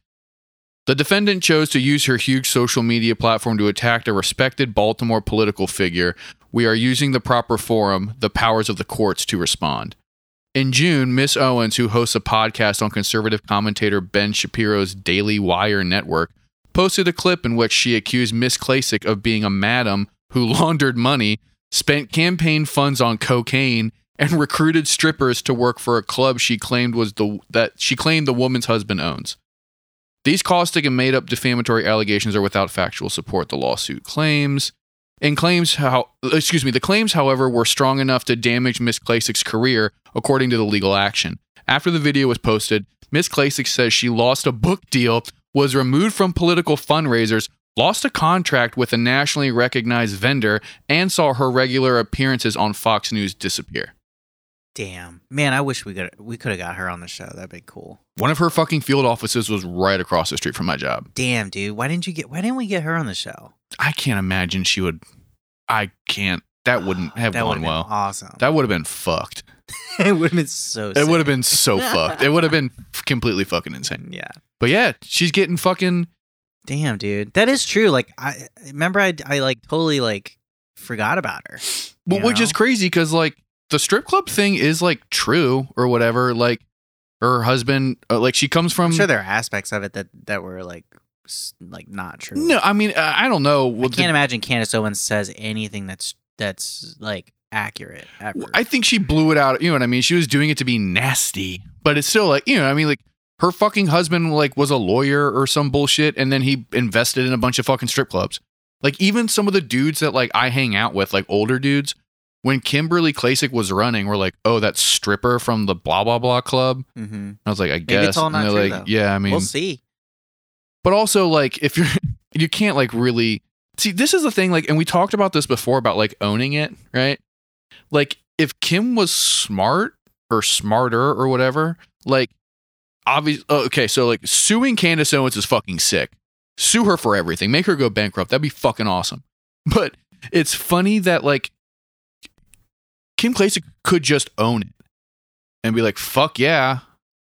The defendant chose to use her huge social media platform to attack a respected Baltimore political figure. We are using the proper forum, the powers of the courts, to respond. In June, Miss Owens, who hosts a podcast on conservative commentator Ben Shapiro's Daily Wire network, posted a clip in which she accused Miss Klasick of being a madam who laundered money, spent campaign funds on cocaine, and recruited strippers to work for a club she claimed was the that she claimed the woman's husband owns. These caustic and made-up defamatory allegations are without factual support. The lawsuit claims and claims how excuse me the claims however were strong enough to damage miss klasick's career according to the legal action after the video was posted miss klasick says she lost a book deal was removed from political fundraisers lost a contract with a nationally recognized vendor and saw her regular appearances on fox news disappear
Damn, man, I wish we could we could have got her on the show. That'd be cool.
one of her fucking field offices was right across the street from my job
Damn, dude, why didn't you get? Why didn't we get her on the show?
i can't imagine she would i can't that wouldn't have
That
gone
would've been
well
awesome.
that would have been fucked
it would have been so.
It would have been so fucked. It would have been completely fucking insane.
Yeah.
But yeah, she's getting fucking.
Damn, dude, that is true. Like I remember, I I like totally like forgot about her.
Well,
You
which is
know?
crazy because like the strip club thing is like true or whatever. Like her husband, uh, like she comes from.
I'm sure there are aspects of it that that were like s- like not true.
no, I mean I I don't know.
I
Well,
can't imagine Candace Owens says anything that's that's like accurate ever.
the- I think she blew it out. You know what I mean? She was doing it to be nasty, but it's still like you know what I mean like. Her fucking husband like was a lawyer or some bullshit, and then he invested in a bunch of fucking strip clubs. Like even some of the dudes that like I hang out with, like older dudes, when Kimberly Klasick was running, we're like, oh, that stripper from the blah blah blah club.
mm-hmm.
I was like, I guess.
it's all
And
not
they're
true,
like,
though.
yeah, I mean,
we'll see.
but also like if you're you can't like really see this is the thing like and we talked about this before about like owning it right like if kim was smart or smarter or whatever like obvious oh, okay so like suing candace owens is fucking sick sue her for everything make her go bankrupt that'd be fucking awesome but it's funny that like kim Klasick could just own it and be like fuck yeah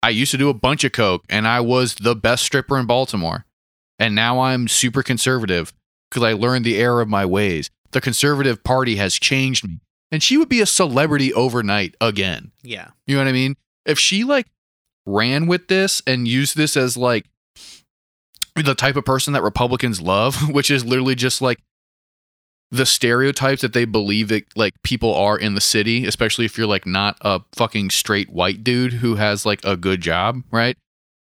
i used to do a bunch of coke and i was the best stripper in baltimore and now i'm super conservative because I learned the error of my ways. The conservative party has changed me. And she would be a celebrity overnight again.
Yeah.
You know what I mean? If she like ran with this and used this as like the type of person that Republicans love, which is literally just like the stereotypes that they believe that like people are in the city, especially if you're like not a fucking straight white dude who has like a good job, right?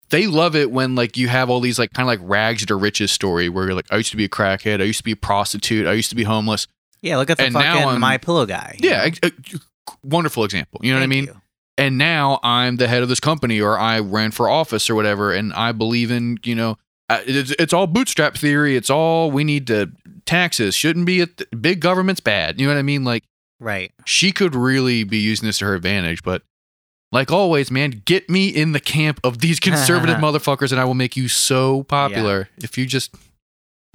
they love it when like you have all these like kind of like rags to riches story where you're like I used to be a crackhead, I used to be a prostitute, I used to be homeless.
Yeah. Look at the
And now
fucking
I'm-
my pillow guy.
Yeah, ex- ex- wonderful example. You know what I
Thank
mean?
you.
And now I'm the head of this company or I ran for office or whatever and I believe in, you know, uh, it's, it's all bootstrap theory, it's all we need to taxes shouldn't be a th- big government's bad. You know what I mean? Like
Right.
she could really be using this to her advantage, but like always, man, get me in the camp of these conservative motherfuckers and I will make you so popular if you just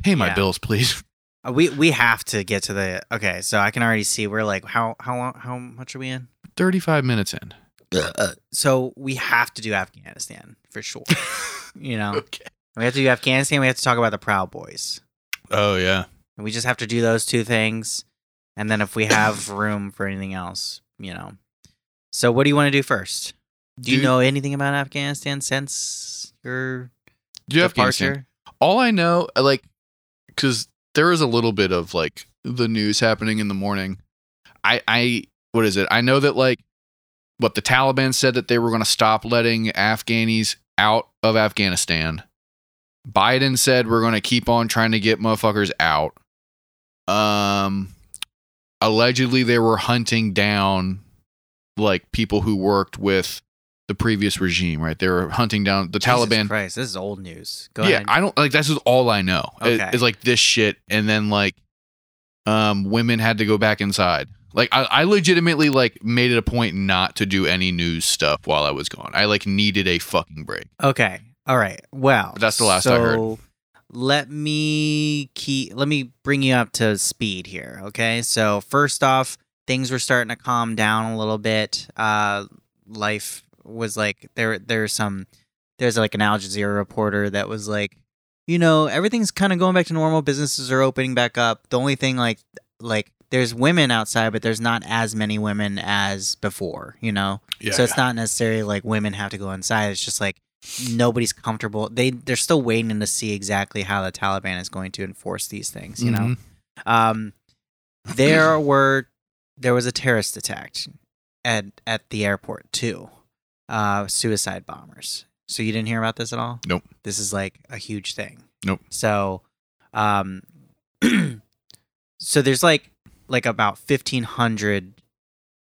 pay my
Yeah.
bills, please.
Uh, We we have to get to the okay. So I can already see we're like how how long how much are we in?
35 minutes in. uh.
So we have to do Afghanistan for sure. you know,
Okay.
we have to do Afghanistan. We have to talk about the Proud Boys.
Oh, yeah.
And we just have to do those two things, and then if we have room for anything else, you know. So what do you want to do first? Do you
Dude.
know anything about Afghanistan since your
Do you have Afghanistan?
departure?
All I know, like, because there is a little bit of like the news happening in the morning. I, I, what is it? I know that like what the Taliban said that they were going to stop letting Afghanis out of Afghanistan. Biden said we're going to keep on trying to get motherfuckers out. Um, allegedly they were hunting down like people who worked with the previous regime, right? They were hunting down the Taliban
Jesus Christ, this is old news. Go
yeah,
ahead.
I don't like. That's just all I know. It-
Okay.
it's like this shit, and then like, um, women had to go back inside. Like, I, I legitimately like made it a point not to do any news stuff while I was gone. I like needed a fucking break.
Okay. All right. Well,
That's the last I heard.
so Let me keep. Let me bring you up to speed here. Okay. So first off, things were starting to calm down a little bit. Uh, life was like there. There's some. There's like an Al Jazeera reporter that was like, you know, everything's kind of going back to normal. Businesses are opening back up. The only thing like like there's women outside, but there's not as many women as before. You know
Yeah.
so it's not necessarily like women have to go inside. It's just like nobody's comfortable. They they're still waiting to see exactly how the Taliban is going to enforce these things. You know,
Mm-hmm.
um, there were there was a terrorist attack at at the airport too. Uh, suicide bombers. So you didn't hear about this at all?
Nope.
This is like a huge thing.
Nope.
So, um, so there's like like about fifteen hundred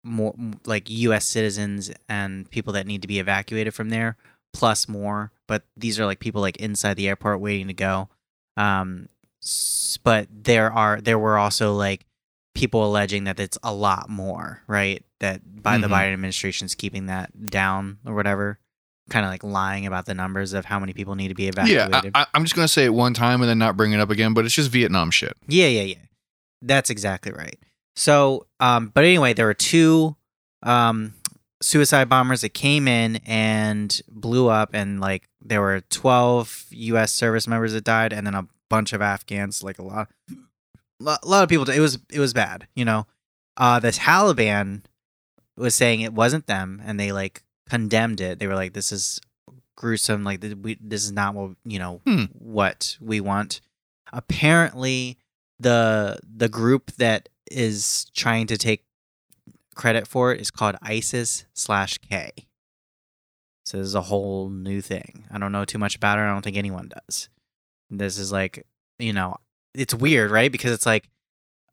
more m- like U.S. citizens and people that need to be evacuated from there, plus more. But these are like people like inside the airport waiting to go. Um, s- but there are there were also like people alleging that it's a lot more, right? That by
Mhm.
the Biden administration's keeping that down or whatever, kind of like lying about the numbers of how many people need to be
Yeah,
evacuated.
I, I, I'm just gonna say it one time and then not bring it up again. But it's just Vietnam shit.
Yeah, yeah, yeah. That's exactly right. So, um, but anyway, there were two um, suicide bombers that came in and blew up, and like there were 12 U.S. service members that died, and then a bunch of Afghans, like a lot, lo- a lot of people. It was it was bad, you know. Uh, the Taliban was saying it wasn't them, and they like condemned it. They were like, "This is gruesome. Like, th- we, this is not what you know
Hmm.
what we want." Apparently, the the group that is trying to take credit for it is called ISIS slash K. So this is a whole new thing. I don't know too much about it. I don't think anyone does. This is like, you know, it's weird, right? Because it's like,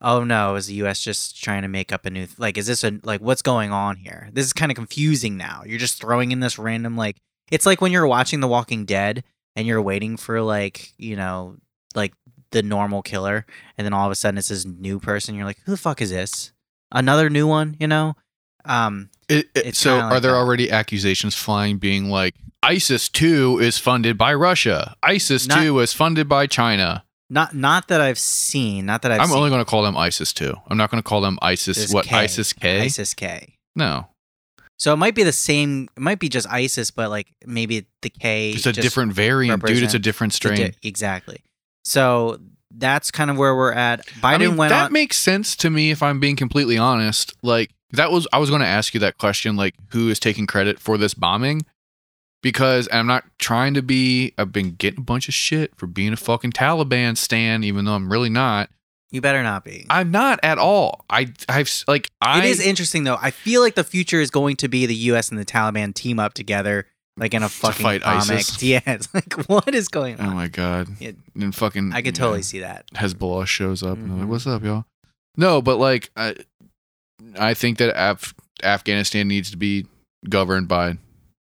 oh no, is the U.S. just trying to make up a new th- like? Is this a like what's going on here? This is kind of confusing now. You're just throwing in this random like. It's like when you're watching The Walking Dead and you're waiting for like you know like the normal killer, and then all of a sudden it's this new person. You're like, who the fuck is this? Another new one, you know? Um,
It, it-
It's
so,
kinda like
are there
that.
already accusations flying, being like ISIS two is funded by Russia, ISIS
Not-
two is funded by China?
not not that I've seen, not that I've
i am
seen
only going to call them ISIS two. I'm not going to call them ISIS
There's
what
K.
ISIS K.
ISIS K.
No,
So it might be the same. It might be just ISIS, but like maybe the K.
it's a
just
different variant, dude. It's a
represents
different
the
strain.
di- exactly. So that's kind of where we're at. Biden
I mean,
went
that
on.
makes sense to me if I'm being completely honest. Like that was I was going to ask you that question like who is taking credit for this bombing? Because and I'm not trying to be I've been getting a bunch of shit for being a fucking Taliban stan even though I'm really not.
you better not be.
I'm not at all. I I've s- like I
it is interesting though. I feel like the future is going to be the U.S. and the Taliban team up together, like in a fucking
fight
comic.
ISIS.
Yeah, it's like what is going
Oh
on?
my god.
It-
and fucking
I could
yeah.
totally see that.
Hezbollah shows up and they're
Mhm.
like, "What's up, y'all?" No, but like, I, I think that Af- Afghanistan needs to be governed by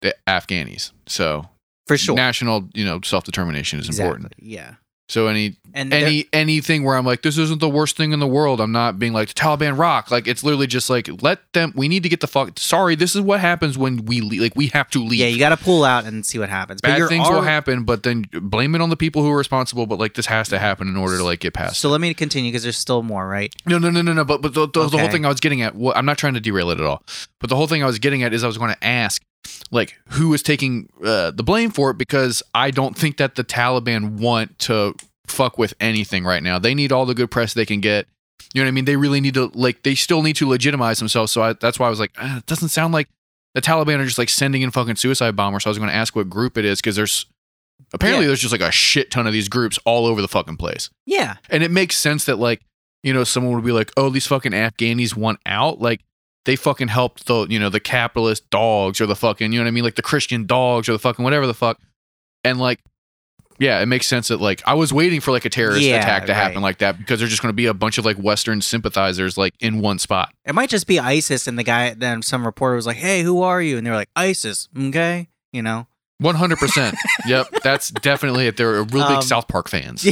the Afghanis. So
For sure.
national, you know, self determination is
exactly.
important.
Yeah.
So any
And there-
any anything where I'm like, this isn't the worst thing in the world. I'm not being like the Taliban rock. Like it's literally just like let them. We need to get the fuck. Sorry, this is what happens when we leave. Like we have to leave.
yeah, you got to pull out and see what happens. but
Bad
you're
things will
alre-
happen, but then blame it on the people who are responsible. But like this has to happen in order to like get past.
So let me continue because there's still more, right?
No, no, no, no, no. But but the, the, the whole
Okay.
thing I was getting at. Well, I'm not trying to derail it at all. But the whole thing I was getting at is I was going to ask, like, who is taking uh, the blame for it? Because I don't think that the Taliban want to fuck with anything right now. They need all the good press they can get. You know what I mean? They really need to like. They still need to legitimize themselves. So I, that's why I was like, ah, it doesn't sound like the Taliban are just like sending in fucking suicide bombers. So I was going to ask what group it is because there's apparently
Yeah.
there's just like a shit ton of these groups all over the fucking place.
Yeah.
And it makes sense that like, you know, someone would be like, "Oh, these fucking Afghanis want out." Like they fucking helped the, you know, the capitalist dogs or the fucking, you know what I mean, like the Christian dogs or the fucking whatever the fuck. And like yeah, it makes sense that like I was waiting for like a terrorist
Yeah,
attack to happen
right.
like that because there's just going to be a bunch of like western sympathizers like in one spot.
It might just be ISIS, and the guy, then some reporter was like, "Hey, who are you?" And they were like, "ISIS." Okay, you know.
100%. yep, that's definitely it. They're real big
Um,
South Park fans.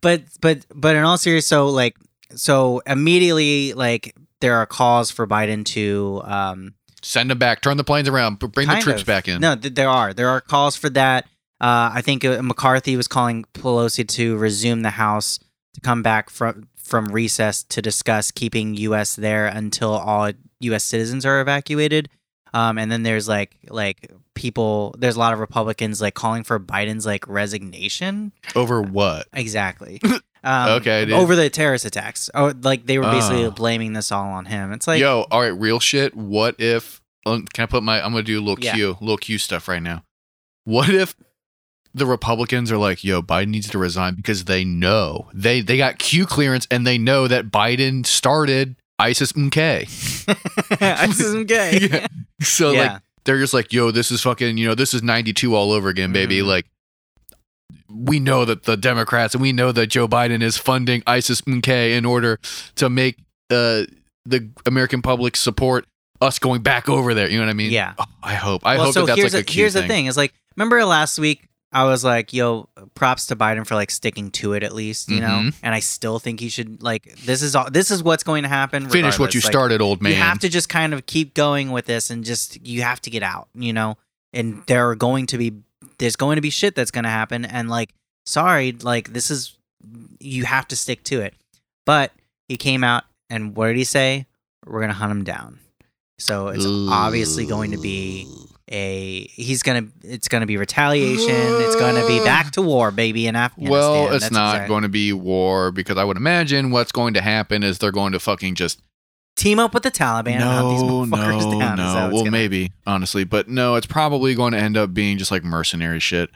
but but but in all seriousness, so like so immediately like there are calls for Biden to um
Send them back, turn the planes around, b- bring the
Kind
troops
of.
back in.
No, th- there are there are calls for that. Uh, I think uh, McCarthy was calling Pelosi to resume the House to come back from from recess to discuss keeping U.S. there until all U.S. citizens are evacuated. Um, and then there's like like people. There's a lot of Republicans like calling for Biden's like resignation.
Over what?
Exactly. Um,
Okay, dude.
Over the terrorist attacks. Oh, like they were basically
Oh.
blaming this all on him. It's like
yo all right real shit what if um, can i put my i'm gonna do a little
Yeah.
q little q stuff right now what if the republicans are like yo biden needs to resign because they know they they got q clearance and they know that biden started isis mk
ISIS is gay.
Yeah. so
yeah.
like they're just like yo this is fucking you know this is 92 all over again baby
Mhm.
like we know that the democrats and we know that joe biden is funding isis mk in order to make uh, the american public support us going back over there you know what i mean
Yeah.
Oh, i hope i hope that that's
here's
like
the-
a cute
here's
thing.
the thing is like remember last week I was like, yo, props to Biden for like sticking to it at least, you know?
Mhm.
And I still think he should like this is all this is what's going to happen.
finish what
regardless.
you
Like,
started old man
You have to just kind of keep going with this and just you have to get out, you know? And there are going to be there's going to be shit that's gonna happen and like sorry, like this is you have to stick to it. But he came out and what did he say? We're gonna hunt him down. So it's obviously going to be a he's gonna it's gonna be retaliation. it's gonna be back to war, baby, in Afghanistan.
well it's
That's
not
exact-
going to be war because i would imagine what's going to happen is they're going to fucking just
team up with the Taliban and hunt these motherfuckers
no,
down. Is
No.
that
Well,
what's gonna-
maybe, honestly. But no, it's probably going to end up being just like mercenary shit.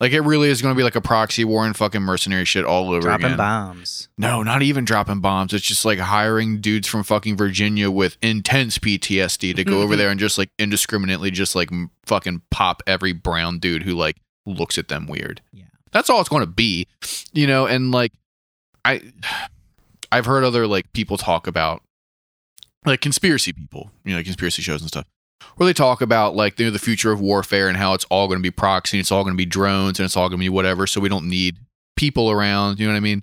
Like it really is going to be like a proxy war and fucking mercenary shit all over
dropping
again.
bombs.
No, not even dropping bombs. It's just like hiring dudes from fucking Virginia with intense PTSD to go over there and just like indiscriminately just like m- fucking pop every brown dude who like looks at them weird.
Yeah.
That's all it's going to be, you know, and like I I've heard other like people talk about like conspiracy people, you know, conspiracy shows and stuff. Where they talk about like you know, the future of warfare and how it's all going to be proxy, and it's all going to be drones, and it's all going to be whatever. So we don't need people around, you know what I mean?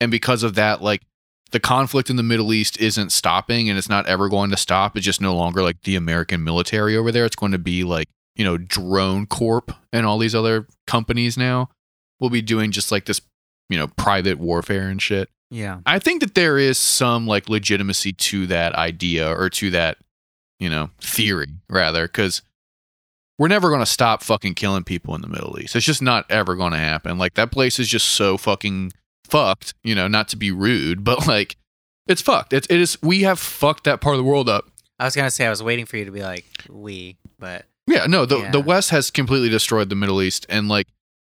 And because of that, like the conflict in the Middle East isn't stopping and it's not ever going to stop. It's just no longer like the American military over there. It's going to be like, you know, Drone Corp and all these other companies now will be doing just like this, you know, private warfare and shit.
Yeah.
I think that there is some like legitimacy to that idea or to that, you know, theory rather, because we're never going to stop fucking killing people in the Middle East. It's just not ever going to happen. Like that place is just so fucking fucked, you know, not to be rude, but like it's fucked. It's, it is, we have fucked that part of the world up.
I was gonna say I was waiting for you to be like we, but
Yeah, no, the,
Yeah.
the West has completely destroyed the Middle East and like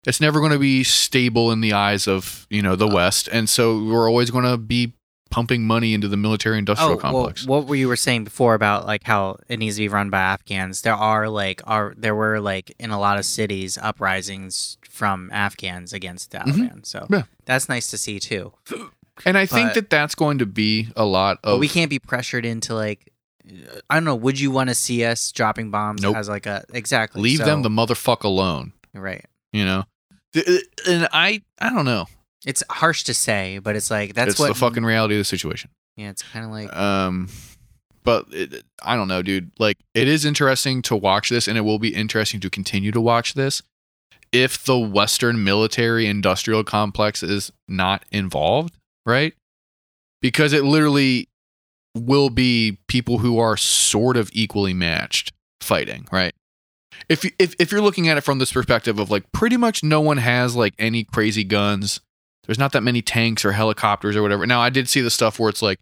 it's never going to be stable in the eyes of, you know, the
Oh.
West. And so we're always going to be pumping money into the military industrial
oh, well,
complex.
what were you were saying before about like how it needs to be run by Afghans? There are like are there were like in a lot of cities uprisings from Afghans against the
Mhm.
Taliban. So
Yeah.
that's nice to see too.
And I think
But-
that that's going to be a lot
But
of.
we can't be pressured into like I don't know. Would you want to see us dropping bombs
Nope.
as like a exactly?
leave them the
so-
motherfuck alone.
right.
You know, Th- and I I don't know.
It's harsh to say, but it's like that's
it's
what
the fucking reality of the situation.
yeah. It's kind of like
Um, but it, I don't know, dude. Like it is interesting to watch this, and it will be interesting to continue to watch this if the Western military industrial complex is not involved, right? Because it literally will be people who are sort of equally matched fighting, right? If you if, if you're looking at it from this perspective of like pretty much no one has like any crazy guns. There's not that many tanks or helicopters or whatever. Now I did see the stuff where it's like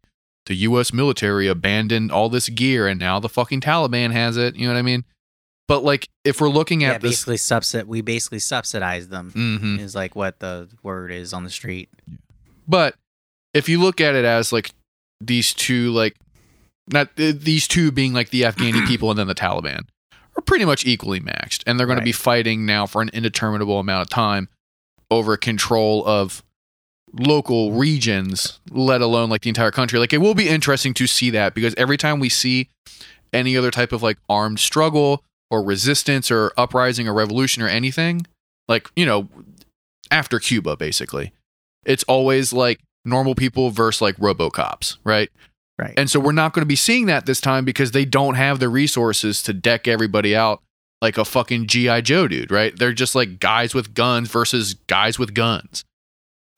the US military abandoned all this gear and now the fucking Taliban has it, you know what I mean? But like if we're looking
yeah,
at this
basically subsid. We basically subsidize them.
Mhm.
Is like what the word is on the street.
But if you look at it as like these two, like not th- these two being like the Afghani people and then the Taliban are pretty much equally matched, and they're going to be
Right.
fighting now for an indeterminable amount of time over control of local regions, let alone like the entire country. Like it will be interesting to see that because every time we see any other type of like armed struggle or resistance or uprising or revolution or anything, like, you know, after Cuba basically. It's always like normal people versus like robocops, right?
Right.
And so we're not going to be seeing that this time because they don't have the resources to deck everybody out like a fucking GI Joe dude, right? They're just like guys with guns versus guys with guns.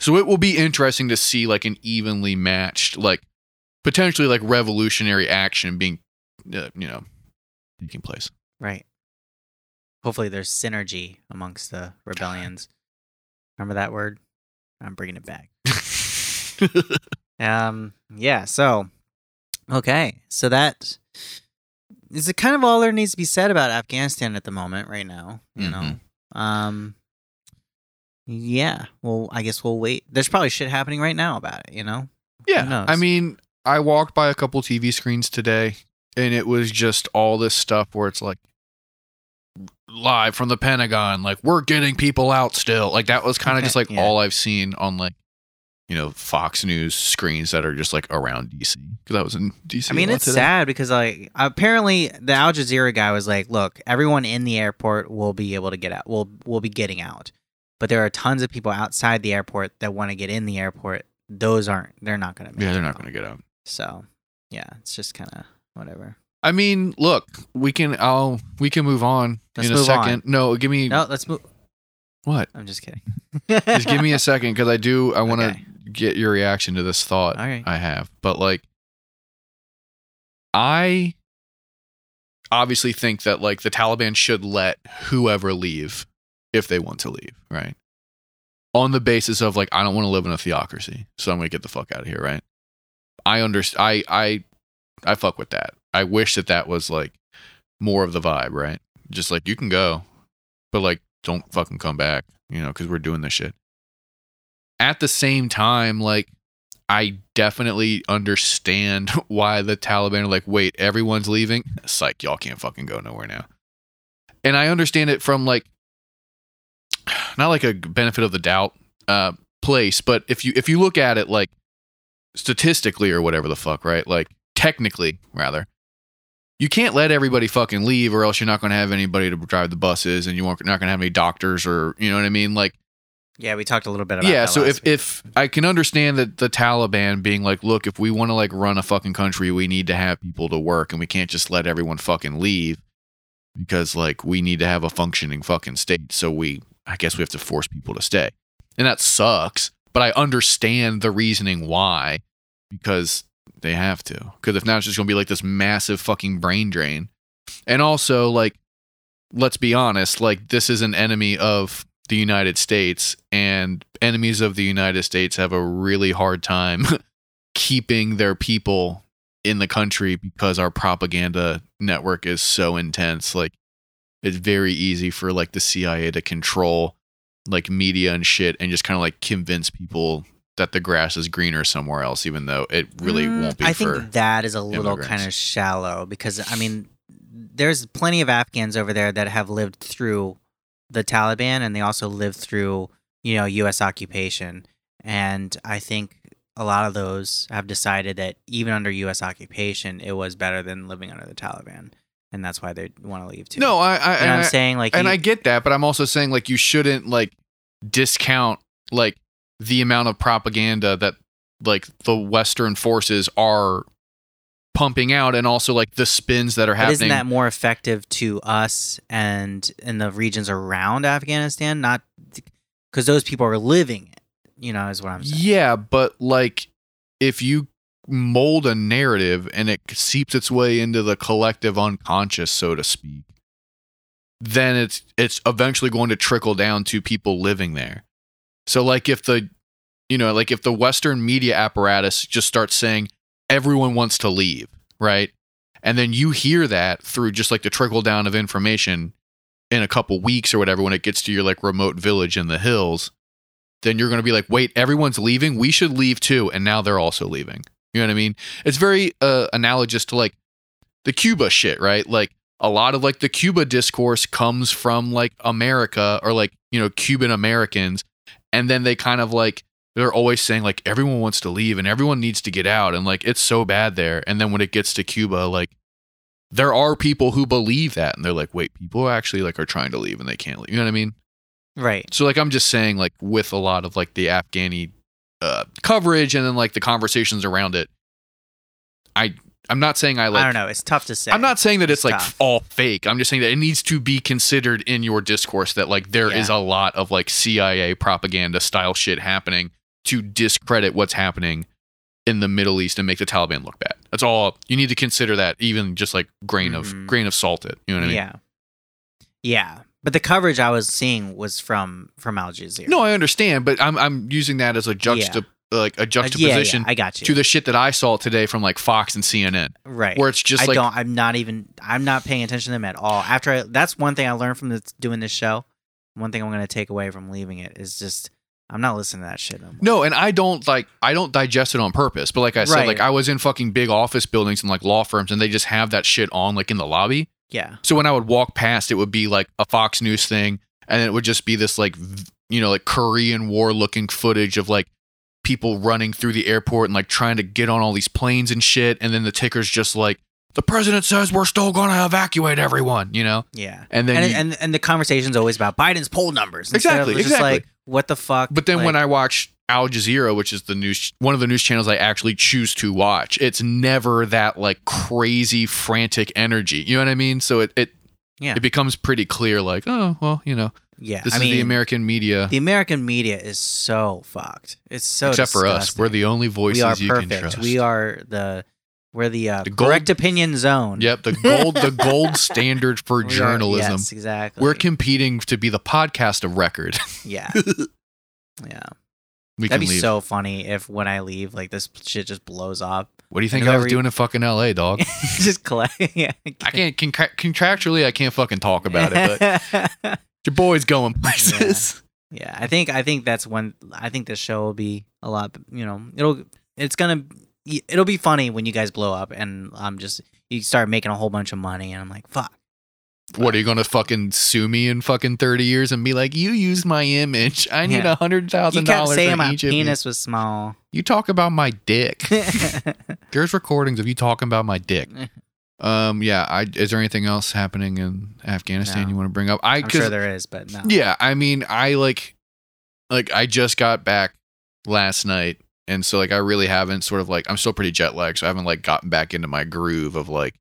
So it will be interesting to see like an evenly matched like potentially like revolutionary action being uh, you know taking place.
Right. Hopefully, there's synergy amongst the rebellions. Remember that word? I'm bringing it back. Um. Yeah. So. Okay. So that is it. Kind of all there needs to be said about Afghanistan at the moment, right now. You
Mm-hmm.
know. Um. Yeah. Well, I guess we'll wait. There's probably shit happening right now about it. You know. Who
Yeah.
knows?
I mean, I walked by a couple TV screens today and it was just all this stuff where it's like live from the Pentagon, like we're getting people out still. Like that was kind of just like
Yeah.
all I've seen on like you know, Fox News screens that are just like around DC because I was in DC.
I mean,
a lot
it's
today.
sad because like apparently the Al Jazeera guy was like, "Look, everyone in the airport will be able to get out. Will will be getting out, but there are tons of people outside the airport that want to get in the airport. Those aren't. They're not going to.
Yeah, they're not going to get out.
So, yeah, it's just kind of whatever.
I mean, look, we can. I'll. We can move on
Let's
in a
move on.
second. No, give me
No, let's move.
what?
I'm just kidding.
Just give me a second because I do. I want to
Okay.
get your reaction to this thought
All right.
I have. But like, I obviously think that like the Taliban should let whoever leave if they want to leave, right? On the basis of like, I don't want to live in a theocracy, so I'm gonna get the fuck out of here, right? I understand. I I I fuck with that. I wish that that was like more of the vibe, right? Just like you can go, but like don't fucking come back, you know, because we're doing this shit. At the same time, like I definitely understand why the Taliban are like, wait, everyone's leaving. Psych, y'all can't fucking go nowhere now. And I understand it from like not like a benefit of the doubt uh place, but if you if you look at it like statistically or whatever the fuck, right? Like technically, rather. You can't let everybody fucking leave or else you're not going to have anybody to drive the buses and you aren't not going to have any doctors or, you know what I mean? Like
Yeah, we talked a little bit about
yeah
that
so
last
if,
week.
if i can understand that the taliban being like look if we want to like run a fucking country we need to have people to work and we can't just let everyone fucking leave because like we need to have a functioning fucking state so we i guess we have to force people to stay and that sucks but i understand the reasoning why because they have to because if not it's just gonna be like this massive fucking brain drain and also like let's be honest like this is an enemy of the united states and enemies of the united states have a really hard time keeping their people in the country because our propaganda network is so intense like it's very easy for like the cia to control like media and shit and just kind of like convince people that the grass is greener somewhere else even though it really
Mm,
won't be
I
for
think that is a little
immigrants.
kind of shallow because I mean, there's plenty of Afghans over there that have lived through the Taliban and they also lived through you know U.S. occupation, and I think a lot of those have decided that even under U.S. occupation, it was better than living under the Taliban, and that's why they want to leave too.
no i i,
and
I-
I'm saying like
and
you-
I get that, but I'm also saying like you shouldn't like discount like the amount of propaganda that like the Western forces are pumping out, and also like the spins that are
But
happening.
isn't that more effective to us and in the regions around Afghanistan? Not because those people are living it. You know, is what I'm saying.
yeah, but like if you mold a narrative and it seeps its way into the collective unconscious, so to speak, then it's it's eventually going to trickle down to people living there. So like if the you know, like if the Western media apparatus just starts saying everyone wants to leave, right? And then you hear that through just like the trickle down of information in a couple weeks or whatever when it gets to your like remote village in the hills, then you're going to be like, wait, everyone's leaving. We should leave too. And now they're also leaving. You know what I mean? It's very uh, analogous to like the Cuba shit, right? Like a lot of like the Cuba discourse comes from like America or like, you know, Cuban Americans. And then they kind of like, they're always saying like everyone wants to leave and everyone needs to get out. And like it's so bad there. And then when it gets to Cuba, like, there are people who believe that and they're like, wait, people actually like are trying to leave and they can't leave. You know what I mean?
Right.
So like I'm just saying like with a lot of like the Afghani uh, coverage and then like the conversations around it, I I'm not saying I like
I don't know. It's tough to say.
I'm not saying that it's,
It's
like
tough.
all fake. I'm just saying that it needs to be considered in your discourse that like there is
Yeah.
a lot of like CIA propaganda style shit happening to discredit what's happening in the Middle East and make the Taliban look bad. That's all you need to consider that even just like grain
Mhm.
of grain of salt it. You know what I mean?
Yeah. Yeah. But the coverage I was seeing was from from Al Jazeera. Uh,
No, I understand, but I'm I'm using that as a juxta like
Uh, yeah,
a
yeah,
juxtaposition
I got you.
to the shit that I saw today from like Fox and CNN,
right.
where it's just
I
like
don't. I'm not even. I'm not paying attention to them at all. After I, that's one thing I learned from this, doing this show. One thing I'm going to take away from leaving it is just I'm not listening to that shit no more.
no, and I don't like I don't digest it on purpose. But like I said,
Right.
like I was in fucking big office buildings and like law firms, and they just have that shit on like in the lobby.
Yeah.
So when I would walk past, it would be like a Fox News thing, and it would just be this like v- you know like Korean War looking footage of like people running through the airport and like trying to get on all these planes and shit, and then the ticker's just like the president says we're still gonna evacuate everyone, you know,
Yeah.
and then
and,
you-
and and the conversation's always about Biden's poll numbers. instead
Exactly,
Of it's
exactly.
Just like what the fuck.
But then
like,
when I watch Al Jazeera, which is the news, one of the news channels I actually choose to watch, it's never that like crazy frantic energy. You know what I mean? So it it
Yeah.
it becomes pretty clear, like, oh well, you know,
yeah,
this
I
is
mean,
the American media,
the American media is so fucked. It's so
except for us,
disgusting.
we're the only voices
we are
you
perfect.
can trust.
We are the we're the, uh,
The gold-
correct opinion zone.
Yep, the gold the gold standard for
We are-
journalism.
yes, exactly.
We're competing to be the podcast of record.
yeah. Yeah,
we
that'd
can
be
leave.
so funny if when I leave, like this shit just blows up.
what do you think
and
I was
whoever-
doing in fucking LA, dog?
just collect. Yeah,
I can't contra- contractually I can't fucking talk about it, but Your boy's going places.
yeah, I think I think that's when I think this show will be a lot. You know, it'll it's gonna it'll be funny when you guys blow up, and I'm just you start making a whole bunch of money, and I'm like, fuck.
What are you gonna fucking sue me in fucking thirty years and be like, you used my image? I need
Yeah.
a hundred
You
thousand
kept
dollars
saying
for
my
each of you.
penis was small.
You talk about my dick. There's recordings of you talking about my dick. Um, yeah. I is there anything else happening in Afghanistan
No.
you want to bring up? I
I'm sure
because
there is, but no.
yeah, I mean, I like like I just got back last night, and so like I really haven't sort of like I'm still pretty jet lagged, so I haven't like gotten back into my groove of like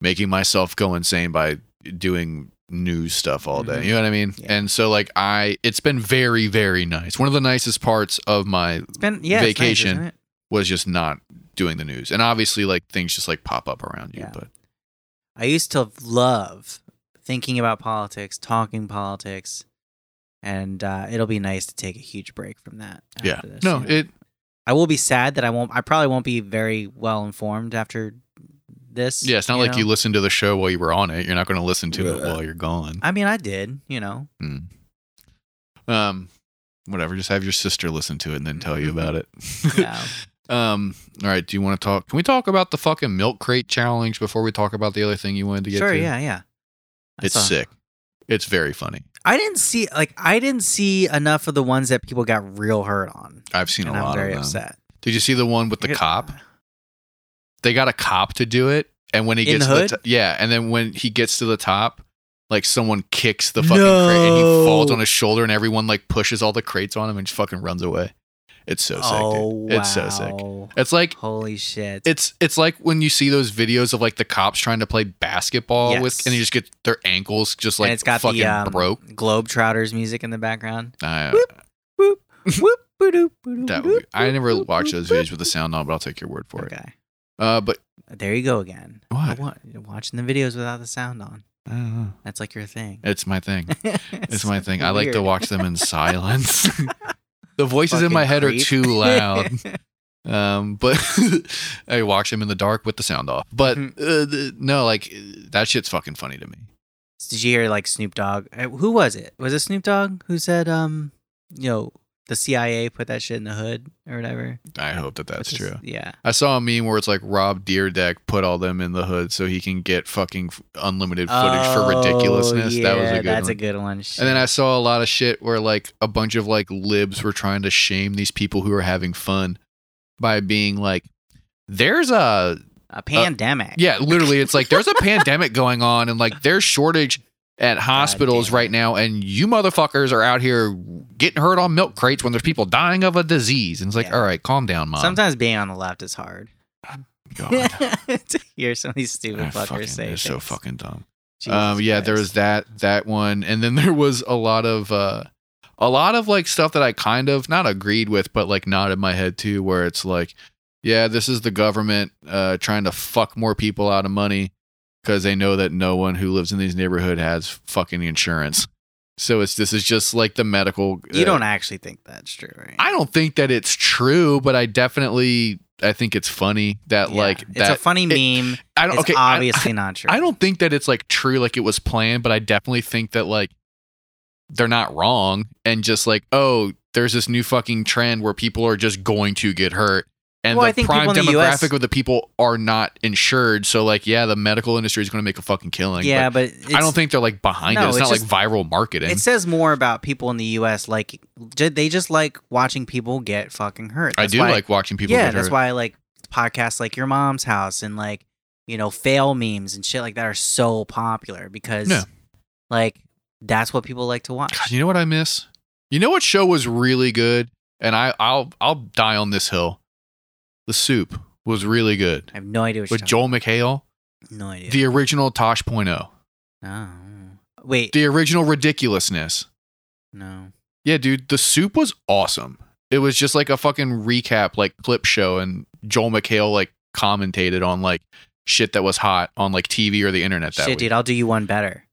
making myself go insane by doing new stuff all day.
Mhm.
You know what I mean?
Yeah.
And so like I, it's been very very nice. One of the nicest parts of my
It's been yeah, it's nice,
Vacation.
isn't it?
was just not doing the news, and obviously like things just like pop up around you,
Yeah.
but.
I used to love thinking about politics, talking politics, and uh, it'll be nice to take a huge break from that. after
Yeah.
this,
No,
you know?
it
I will be sad that I won't. I probably won't be very well informed after this.
yeah, it's not like
know?
you listened to the show while you were on it. You're not going to listen to it
Yeah.
while you're gone.
I mean, I did. You know.
Um whatever, just have your sister listen to it and then tell you about it.
Mm-hmm. Yeah.
um all right, do you want to talk Can we talk about the fucking milk crate challenge before we talk about the other thing you wanted to get
sure.
to?
Yeah. Yeah. I
It's
saw-
sick. It's very funny.
I didn't see like I didn't see enough of the ones that people got real hurt on,
I've seen
and
a lot
I'm very
of them.
upset.
Did you see the one with the
Look at-
cop? They got a cop to do it, and when he
In
gets
the
to
hood?
the t- yeah, and then when he gets to the top, like someone kicks the fucking crate and he
No.
falls on his shoulder, and everyone like pushes all the crates on him and just fucking runs away. It's so
oh
sick.
wow!
Dude. It's so sick. It's like
Holy shit!
it's it's like when you see those videos of like the cops trying to play basketball with,
Yes.
and you just get their ankles just like
and it's got
fucking
the um,
broke.
Globetrotters music in the background.
I, uh,
whoop, Whoop whoop boop boop.
that
boop,
I never
boop,
watched
boop,
those
boop.
videos with the sound on, but I'll take your word for it.
Okay,
Uh, but
there you go again. I
what?
want, watching the videos without the sound on.
I don't know.
That's like your thing.
It's my thing. It's my thing. I like to
weird.
watch them in silence. the voices in my
Fucking
head
creep.
are too loud. Um, but I watch them in the dark with the sound off. But uh,
Mhm.
th- no, like that shit's fucking funny to me.
Did you hear like Snoop Dogg? Uh, Who was it? Was it Snoop Dogg who said, um, you know, the CIA put that shit in the hood or whatever?
I hope that that's
Which is-
true.
Yeah.
I saw a meme where it's like Rob Deerdeck put all them in the hood so he can get fucking f- unlimited footage for
Oh,
ridiculousness. that was a
yeah,
good
That's
one.
a good one.
and then I saw a lot of shit where like a bunch of like libs were trying to shame these people who are having fun by being like, "There's a
a pandemic.
Yeah, literally, it's like there's a pandemic going on, and like there's shortage at hospitals
damn it.
right now, and you motherfuckers are out here getting hurt on milk crates when there's people dying of a disease. And it's like,
Yeah.
all right, calm down, mom.
Sometimes being on the left is hard.
God,
to hear some of these stupid
I
fuckers
Ah, fucking-
say
they're so
things.
fucking dumb.
Jesus
Um, yeah, there
Christ.
was that that one, and then there was a lot of uh, a lot of like stuff that I kind of not agreed with, but like nodded my head to, where it's like, yeah, this is the government uh, trying to fuck more people out of money because they know that no one who lives in these neighborhood has fucking insurance. So it's this is just like the medical.
You
uh,
don't actually think that's true, right?
I don't think that it's true, but I definitely I think it's funny that
Yeah.
like
it's
that
a funny meme.
I don't
it's
okay I-
obviously not true.
I don't think that it's like true, like it was planned, but I definitely think that like they're not wrong and just like, oh, there's this new fucking trend where people are just going to get hurt. And
Well,
the
I think
prime
people in the US
demographic of the people are not insured. So like, yeah, the medical industry is going to make a fucking killing.
yeah,
but
but it's,
I don't think they're like behind
No,
it. It's,
it's
not
just-
like viral marketing.
it says more about people in the U.S. Like j- they just like watching people get fucking hurt.
I
That's
do
why-
like watching people.
yeah,
get
that's
hurt.
why I like podcasts like Your Mom's House and like you know fail memes and shit like that are so popular because
Yeah.
like that's what people like to watch.
God, you know what I miss? You know what show was really good? And I, I'll, I'll die on this hill. The Soup was really good.
I have no idea what
with
you're
Joel McHale,
talking- No idea.
the original Tosh Point oh,
no. Wait,
the original ridiculousness.
no.
Yeah, dude, the soup was awesome. It was just like a fucking recap, like clip show, and Joel McHale like commentated on like shit that was hot on like TV or the internet that
Shit,
week.
dude, I'll do you one better.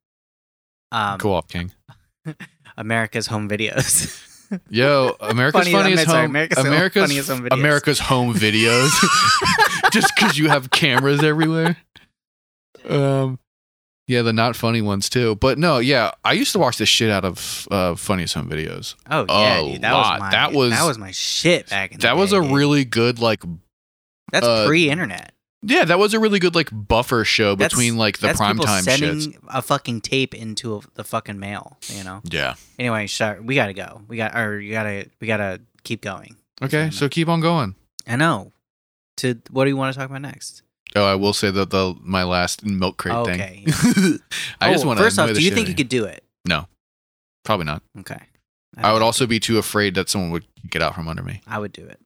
Um,
Go off, King.
America's home videos.
Yo, America's
Funny-
funniest
I'm sorry,
home,
America's Home-
America's
Funniest Home Videos.
America's home videos, just because you have cameras everywhere. Um, yeah, the not funny ones too. But no, yeah, I used to watch the shit out of uh, funniest home videos.
Oh yeah,
A
dude, that
lot.
was my
That was-
that was my shit back in. the
That was a
day.
really good like
that's
uh,
pre-internet.
yeah, that was a really good like buffer show
That's-
between like the
that's
prime
people
time
sending
shits.
a fucking tape into a, the fucking mail. You know.
Yeah.
Anyway, shut. We gotta go. We got or you gotta we gotta keep going.
Okay, so keep on going.
I know. To what do you want to talk about next?
Oh, I will say that the my last milk crate
Okay.
thing. I just
Oh,
want to.
First off, do you think you could do it?
Probably not.
Okay.
I would also be too afraid that someone would kick it out from under me.
I would do it.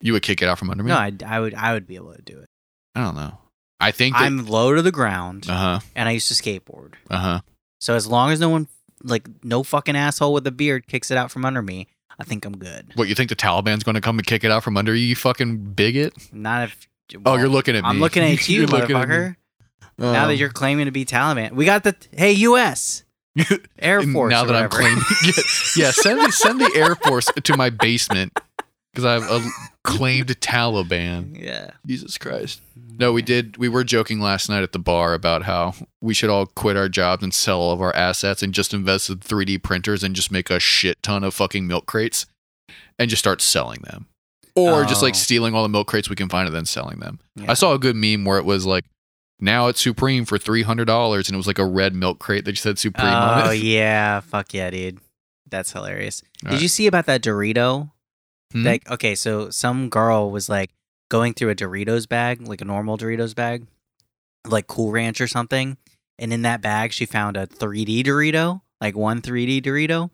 You would kick it out from under me.
No, I, I would. I would be able to do it.
I don't know. I think that,
I'm low to the ground,
Uh huh.
and I used to skateboard.
Uh huh.
So as long as no one, like no fucking asshole with a beard, kicks it out from under me, I think I'm good.
What you think the Taliban's going to come and kick it out from under you? You fucking bigot.
Not if.
Oh, you're looking at me.
I'm looking at you,
You're looking at me.
motherfucker. now that
Um,
you're claiming to be Taliban, we got the hey U.S. Air
And
Force.
Now
or
that I'm
whatever.
claiming, yeah, yeah, send the, send the Air Force to my basement because I've uh, claimed Taliban.
yeah.
Jesus Christ! No, we did. We were joking last night at the bar about how we should all quit our jobs and sell all of our assets and just invest in 3D printers and just make a shit ton of fucking milk crates and just start selling them, or just like
Oh.
stealing all the milk crates we can find and then selling them.
Yeah.
I saw a good meme where it was like. Now it's Supreme for three hundred dollars, and it was like a red milk crate that just said Supreme on
Oh
it.
yeah, fuck yeah, dude. That's hilarious.
All
Did
right.
you see about that Dorito?
Hmm?
Like, okay, so some girl was like going through a Doritos bag, like a normal Doritos bag, like Cool Ranch or something, and in that bag she found a 3D Dorito, like one 3D Dorito,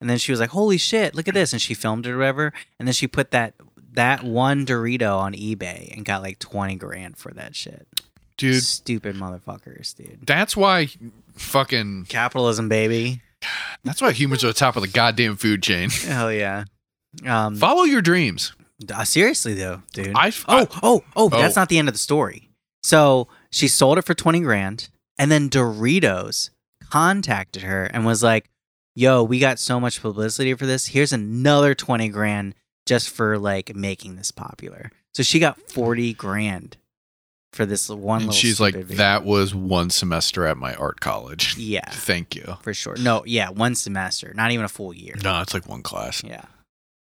and then she was like, "Holy shit, look at this!" and she filmed it or whatever, and then she put that that one Dorito on eBay and got like twenty grand for that shit.
dude.
Stupid motherfuckers, dude.
That's why fucking
Capitalism, baby.
that's why humans are the top of the goddamn food chain.
Hell yeah. Um,
Follow your dreams.
uh, seriously though, dude.
I
oh, oh, oh, that's
Oh.
not the end of the story. So she sold it for twenty grand, and then Doritos contacted her and was like, "Yo, we got so much publicity for this. Here's another twenty grand just for like making this popular." So she got forty grand for this one.
and
little
she's like,
stupid video.
that was one semester at my art college.
Yeah,
Thank you.
for sure. No, yeah, one semester, not even a full year.
No, it's like one class.
Yeah,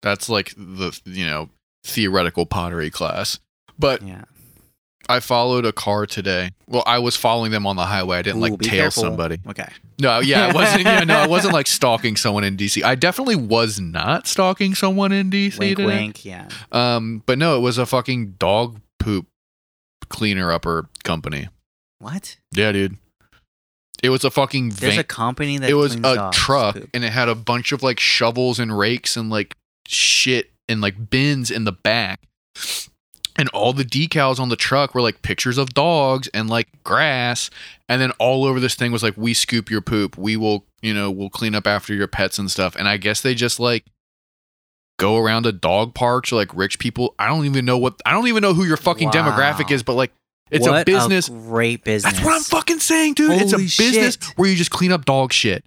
That's like the you know theoretical pottery class. But
yeah.
I followed a car today. Well, I was following them on the highway. I didn't
Ooh,
like
be
tail
careful.
somebody.
Okay.
No, yeah, I wasn't. yeah, no, I wasn't like stalking someone in DC. I definitely was not stalking someone in DC
wink,
today.
wink. Yeah.
Um, but no, it was a fucking dog poop cleaner upper company.
What?
Yeah, dude. It was a fucking
There's
van.
a company that
it was
cleans
a
dogs'
truck,
poop.
and it had a bunch of like shovels and rakes and like shit and like bins in the back. And all the decals on the truck were like pictures of dogs and like grass. And then all over this thing was like, we scoop your poop. We will, you know, we'll clean up after your pets and stuff. And I guess they just like go around to dog parks or like rich people. I don't even know what, I don't even know who your fucking
Wow.
demographic is, but like it's
What
a business.
great business.
That's what I'm fucking saying, dude. it's a
Holy
business
shit.
where you just clean up dog shit.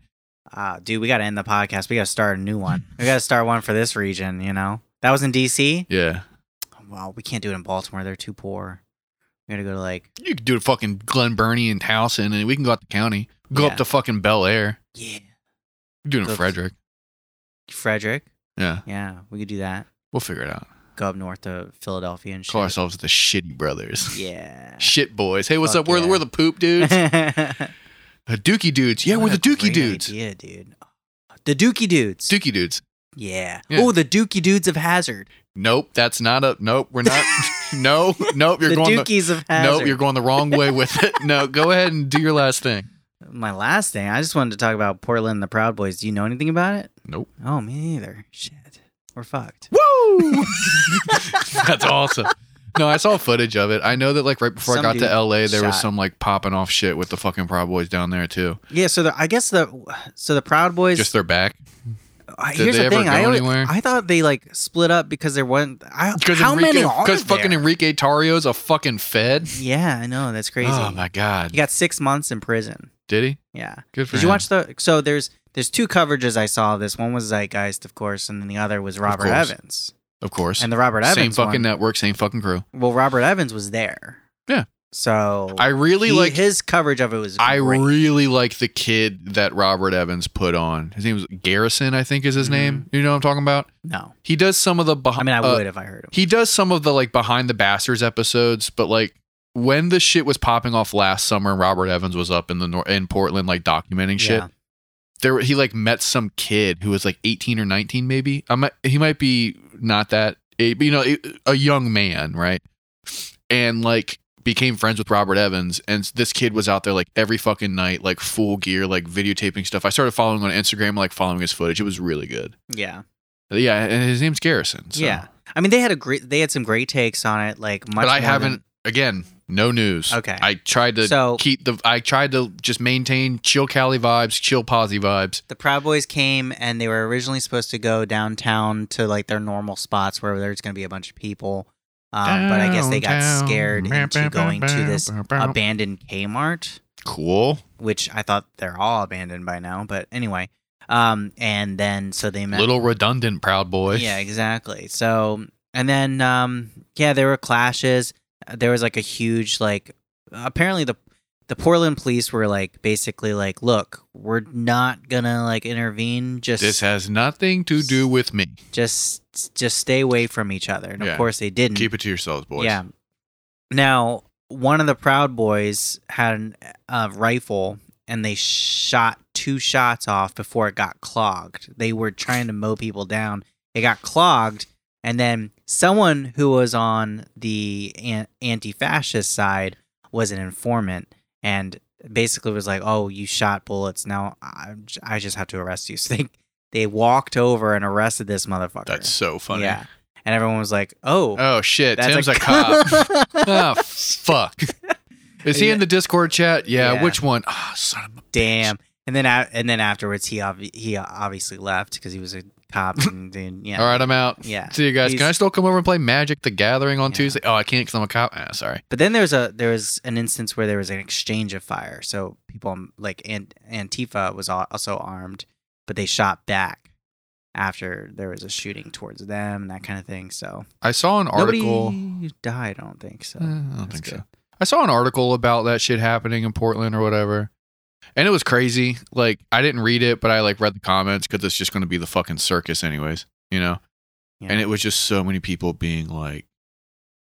Ah, dude, we gotta end the podcast. We gotta start a new one. We gotta start one for this region. You know, that was in D.C.
Yeah.
Wow, we can't do it in Baltimore. They're too poor. We gotta go to like,
You could do a fucking Glen Burnie and Towson, and we can go out to county. Go
Yeah.
up to fucking Bel Air.
yeah,
You can do it
Go
in
up-
Frederick.
Frederick.
Yeah.
Yeah, we could do that.
We'll figure it out.
Go up north to Philadelphia and shit.
Call ourselves the Shitty Brothers.
Yeah.
Shit boys. Hey, what's
Fuck
up? We're,
yeah.
we're the poop dudes.
yeah,
the Dookie dudes. Yeah, we're the Dookie dudes.
Yeah, dude. The Dookie dudes.
Dookie dudes.
yeah.
Yeah.
Oh, the Dookie dudes of Hazard.
Nope, that's not a. Nope, we're not. no, nope, you're
the
going. The,
Dookies of Hazard.
nope, you're going the wrong way with it. No, go ahead and do your last thing.
My last thing, I just wanted to talk about Portland and the Proud Boys. Do you know anything about it?
Nope.
Oh, me neither. Shit. We're fucked.
Woo! That's awesome. No, I saw footage of it. I know that like right before
Some
I got
dude
to LA, there was
shot.
some like popping off shit with the fucking Proud Boys down there too.
Yeah, so the, I guess the so the Proud Boys
Just their back
I-
did
here's
they
the
ever
thing.
go
I always-
anywhere?
I thought they like split up because there wasn't I,
because
how
Enrique,
many are there?
because fucking Enrique Tario's a fucking Fed.
Yeah, I know. That's crazy.
Oh my
He
god,
got 6 months in prison.
did he?
Yeah.
Good for
Did
him.
you watch the so there's there's two coverages I saw of this. One was Zeitgeist, of course, and then the other was Robert
course.
Evans.
Of course,
And the Robert
same
Evans
fucking
one,
network, same fucking crew.
Well, Robert Evans was there.
Yeah.
So
I really
He-
like.
his coverage of it was
I
great.
really like the kid that Robert Evans put on. His name was Garrison, I think is his
Mhm.
name. You know what I'm talking about?
no.
He does some of the behind.
I mean, I
uh,
would if I heard him.
he does some of the like behind the bastards episodes, but like when the shit was popping off last summer and Robert Evans was up in the nor- in Portland like documenting shit,
Yeah.
there he like met some kid who was like 18 or 19 maybe. I might he might be not that eh, but, you know eh, a young man, right? And like became friends with Robert Evans, and this kid was out there like every fucking night, like full gear, like videotaping stuff. I started following him on Instagram, like following his footage. It was really good.
Yeah.
Yeah, and his name's Garrison. so-
Yeah. I mean, they had a great, they had some great takes on it. Like, much
but I
more
haven't.
than-
again, no news.
Okay.
I tried to
So-
keep the. I tried to just maintain chill Cali vibes, chill Posy vibes.
the Proud Boys came and they were originally supposed to go downtown to like their normal spots where there's going to be a bunch of people. Um, but I guess they got
Downtown.
scared into going to this abandoned Kmart.
Cool.
which I thought they're all abandoned by now, but anyway. Um, and then so they met.
Little redundant, proud boy.
Yeah, exactly. So and then um, yeah, there were clashes. Uh, There was like a huge like. Apparently the the Portland police were like basically like, look, we're not gonna like intervene. Just
This has nothing to do with me.
just just stay away from each other. And
Yeah.
of course they didn't.
Keep it to yourselves, boys.
Mm. Yeah. Now, one of the Proud Boys had an- a rifle and they shot two shots off before it got clogged. They were trying to mow people down. It got clogged. And then someone who was on the an- anti fascist side was an informant and basically was like, oh, you shot bullets. Now I, I just have to arrest you. So they, they walked over and arrested this motherfucker.
That's so funny.
Yeah. And everyone was like, oh.
Oh shit,
That's
Tim's a, cop. oh fuck. Is he
Yeah.
in the Discord chat? Yeah.
Yeah.
Which one? Ah, son of a
Damn. And then a- and then afterwards he obvi- he obviously left because he was a cop and then yeah.
All right, I'm out.
Yeah.
See you guys.
He's-
Can I still come over and play Magic the Gathering on
Yeah.
Tuesday? Oh, I can't because I'm a cop. Ah, sorry.
But then there's a there was an instance where there was an exchange of fire. So people um, like Ant- Antifa was al- also armed, but they shot back after there was a shooting towards them and that kind of thing. So
I saw an article.
nobody died, I don't think so.
Eh, I don't
That's
think so.
good.
I saw an article about that shit happening in Portland or whatever. And it was crazy. Like I didn't read it, but I like read the comments because it's just going to be the fucking circus, anyways. You know.
Yeah.
And it was just so many people being like,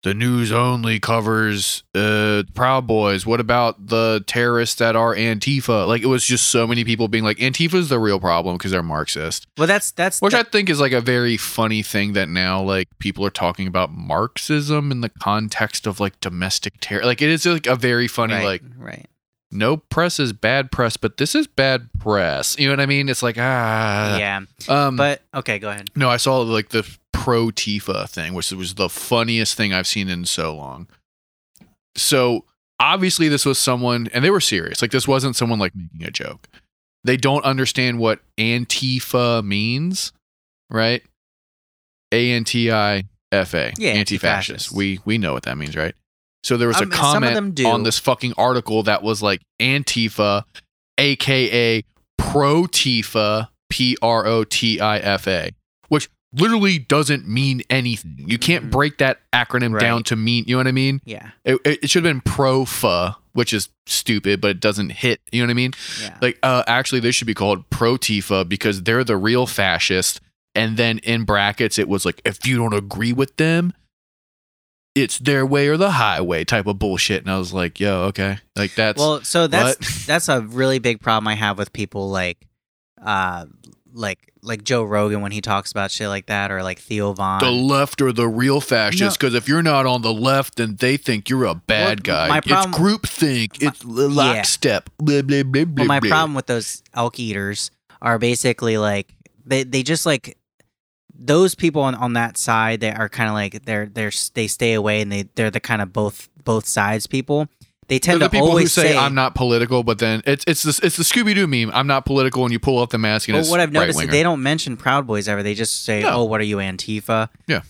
"The news only covers uh, Proud Boys. What about the terrorists that are Antifa?" Like it was just so many people being like, "Antifa's the real problem because they're Marxist,"
well, that's that's
which
the-
I think is like a very funny thing that now like people are talking about Marxism in the context of like domestic terror. Like it is like a very funny
right,
like
right.
no press is bad press, but this is bad press. You know what I mean? It's like ah,
yeah.
Um,
But okay, go ahead.
no, I saw like the pro Tifa thing, which was the funniest thing I've seen in so long. So obviously, this was someone, and they were serious. Like this wasn't someone like making a joke. They don't understand what Antifa means, right? A N T I F A.
Yeah,
anti-fascist.
anti-fascist.
We we know what that means, right? So there was a
Um, some of them
comment
do.
on this fucking article that was like Antifa, aka Pro Tifa, P R O T I F A, which literally doesn't mean anything. You can't
Mhm.
break that acronym
Right.
down to mean. You know what I mean?
Yeah.
It, it, it should have been Profa, which is stupid, but it doesn't hit. You know what I mean?
Yeah.
Like, uh, actually, they should be called Pro Tifa because they're the real fascist. And then in brackets, it was like, if you don't agree with them, it's their way or the highway type of bullshit. And I was like, yo, okay. Like, that's.
well so that's
what?
that's a really big problem i have with people like uh like like joe rogan when he talks about shit like that or like theo vaughn
the left are the real fascists because if you're not on the left, then they think you're a bad
Well,
guy.
my problem-
it's groupthink. It's lockstep. Blah, blah, blah, blah,
well, my
blah.
problem with those elk eaters are basically like they, they just like those people on, on that side that are kind of like they're they're they stay away and they they're the kind of both both sides people they
They're
tend
the
to
people who
always
say,
say
I'm not political, but then it's it's the, it's the Scooby Doo meme. I'm not political, and you pull off the mask. And
But
it's
what I've noticed is
right-winger.
they don't mention Proud Boys ever. They just say,
No.
"Oh, what are you Antifa?"
Yeah.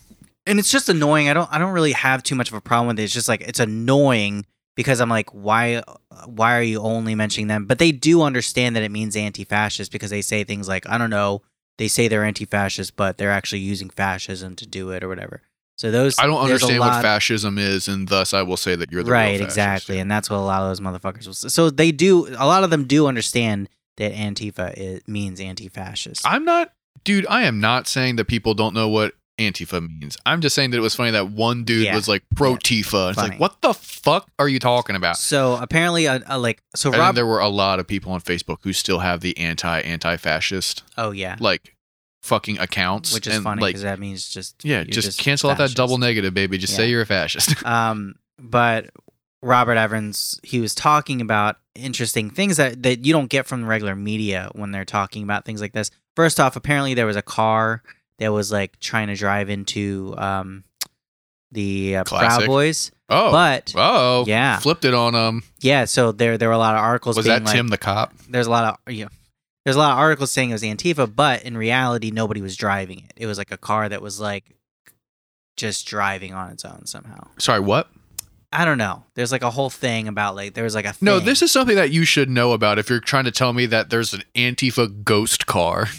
and it's just annoying. I don't I don't really have too much of a problem with it. It's just like it's annoying because I'm like, why why are you only mentioning them? But they do understand that it means anti-fascist because they say things like, I don't know, they say they're anti-fascist, but they're actually using fascism to do it or whatever. So those
I don't
there's a
understand what
lot-
fascism is, and thus I will say that you're the real
right
fascist.
exactly and that's what a lot of those motherfuckers will say. so they do a lot of them do understand that antifa is, means anti-fascist
I'm not, dude. I am not saying that people don't know what Antifa means. I'm just saying that it was funny that one dude
Yeah.
was like pro
Yeah.
Tifa. It's
Funny.
like, what the fuck are you talking about?
So apparently, uh, uh, like, so
and then
Rob.
there were a lot of people on Facebook who still have the anti anti fascist
oh yeah,
like fucking accounts,
which is
and,
funny
Like,
because that means just
yeah,
you're
just, cancel out that
fascist.
double negative, baby. Just say
Yeah.
you're a fascist.
Um, but Robert Evans, he was talking about interesting things that, that you don't get from the regular media when they're talking about things like this. First off, apparently there was a car that was like trying to drive into um, the uh, Proud
Classic.
Boys,
Oh,
but
oh,
Yeah.
flipped it on him.
yeah, so there there were a lot of articles.
Was
being
that
like,
Tim the cop?
There's a lot of yeah, there's a lot of articles saying it was Antifa, but in reality, nobody was driving it. It was like a car that was like just driving on its own somehow.
Sorry, what?
I don't know. There's like a whole thing about like there was like a
No,
thing.
this is something that you should know about if you're trying to tell me that there's an Antifa ghost car.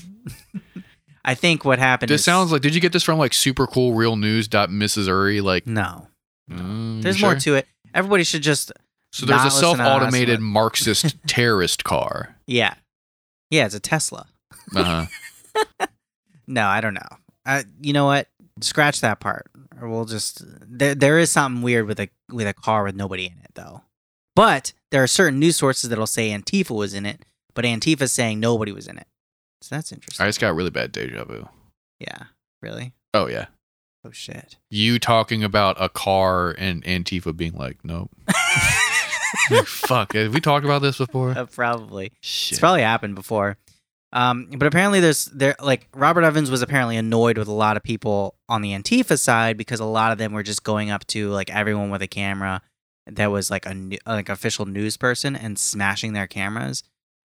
I think what happened.
This
is,
sounds like. Did you get this from like super cool real news dot Missouri? Like,
no.
mm, you
There's more
sure?
to it. Everybody should just
So there's
Nah,
a
listen, I don't
self
know how to
automated
spell it.
Marxist terrorist car.
yeah, yeah. It's a Tesla.
Uh-huh.
No, I don't know. I, you know what? Scratch that part. Or we'll just there. There is something weird with a with a car with nobody in it though. But there are certain news sources that'll say Antifa was in it, but Antifa's saying nobody was in it. So that's interesting.
I just got really bad deja vu.
yeah. Really?
Oh yeah,
Oh shit.
you talking about a car and Antifa being like, nope. Like, Fuck, have we talked about this before?
Uh, probably.
Shit.
It's probably happened before. Um, but apparently there's there like Robert Evans was apparently annoyed with a lot of people on the Antifa side because a lot of them were just going up to like everyone with a camera that was like a nu- like official news person and smashing their cameras,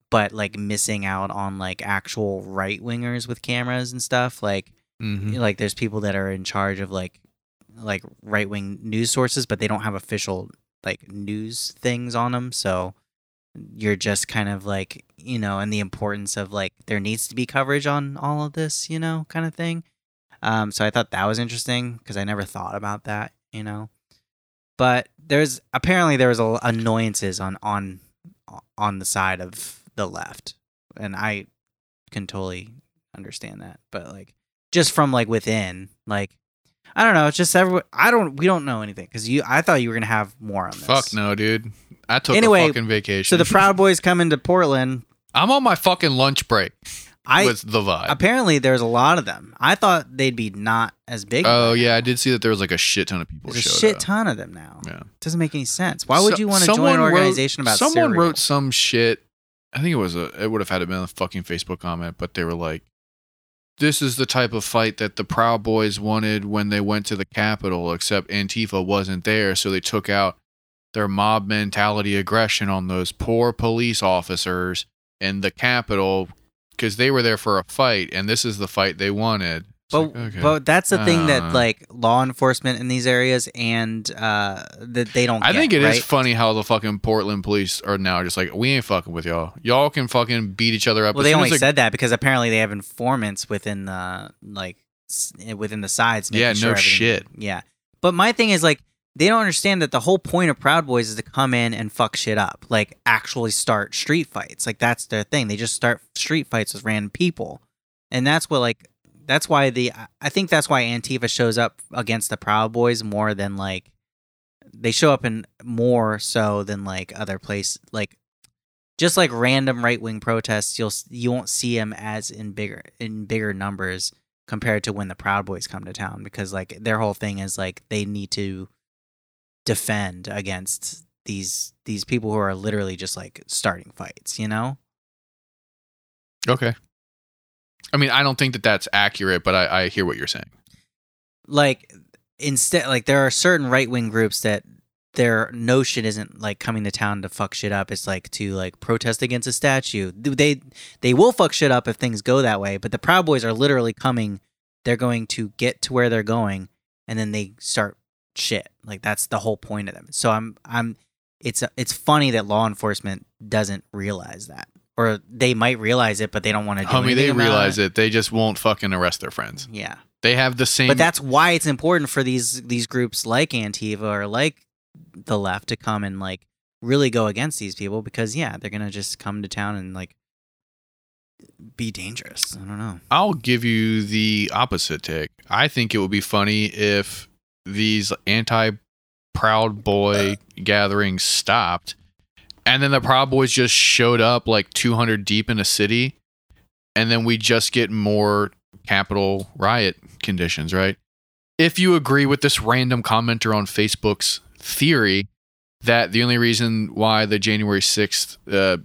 but like missing out on like actual right wingers with cameras and stuff. Like
Mhm.
like there's people that are in charge of like like right wing news sources, but they don't have official like news things on them. So you're just kind of like you know, and the importance of like there needs to be coverage on all of this, you know, kind of thing. Um, so I thought that was interesting because I never thought about that, you know. But there's apparently there was a, annoyances on on on the side of the left, and I can totally understand that. But like just from like within, like I don't know, it's just everyone. I don't we don't know anything because you. I thought you were gonna have more on this.
Fuck no, dude. I took
Anyway,
a fucking vacation.
So the Proud Boys come into Portland.
I'm on my fucking lunch break.
I
was the vibe.
apparently there's a lot of them. I thought they'd be not as big.
oh yeah, I did see that there was like a shit ton of people.
There's a
showed
shit
up.
ton of them now.
Yeah.
Doesn't make any sense. Why would
So-
you want to join
someone
an
wrote-
organization about
someone
cereal?
wrote some shit i think it was a it would have had to been a fucking facebook comment but they were like this is the type of fight that the proud boys wanted when they went to the capitol except antifa wasn't there so they took out their mob mentality aggression on those poor police officers in the capitol because they were there for a fight and this is the fight they wanted It's
But,
like, okay.
but that's the thing that
Uh.
like law enforcement in these areas and uh that they don't
I
get,
think it is
right?
funny how the fucking Portland police are now just like, we ain't fucking with y'all. Y'all can fucking beat each other up.
Well,
As
they
soon
only
as the-
said that because apparently they have informants within the like s- within the sides. making
Yeah, no
sure everything-
shit.
Yeah, but my thing is like they don't understand that the whole point of Proud Boys is to come in and fuck shit up, like actually start street fights. Like that's their thing. They just start street fights with random people, and that's what like that's why the I- I think that's why Antifa shows up against the Proud Boys more than like they show up in more so than like other place like just like random right wing protests you'll s- you won't see them as in bigger in bigger numbers compared to when the Proud Boys come to town because like their whole thing is like they need to defend against these these people who are literally just like starting fights you know
Okay. I mean, I don't think that that's accurate, but I, I hear what you're saying.
like instead like there are certain right wing groups that their notion isn't like coming to town to fuck shit up it's like to like protest against a statue they they will fuck shit up if things go that way but the proud boys are literally coming they're going to get to where they're going and then they start shit like that's the whole point of them so i'm i'm it's it's funny that law enforcement doesn't realize that or they might realize it but they don't want to do
Homie, they
anything about
realize it. They just won't fucking arrest their friends.
yeah
They have the same.
but that's why it's important for these these groups like Antifa or like the left to come and like really go against these people because yeah, they're gonna just come to town and like be dangerous. I don't know.
I'll give you the opposite take. I think it would be funny if these anti Proud Boy gatherings stopped and then the Proud Boys just showed up like 200 deep in a city and then we just get more capital riot conditions, right? If you agree with this random commenter on Facebook's theory, that the only reason why the January 6th, uh,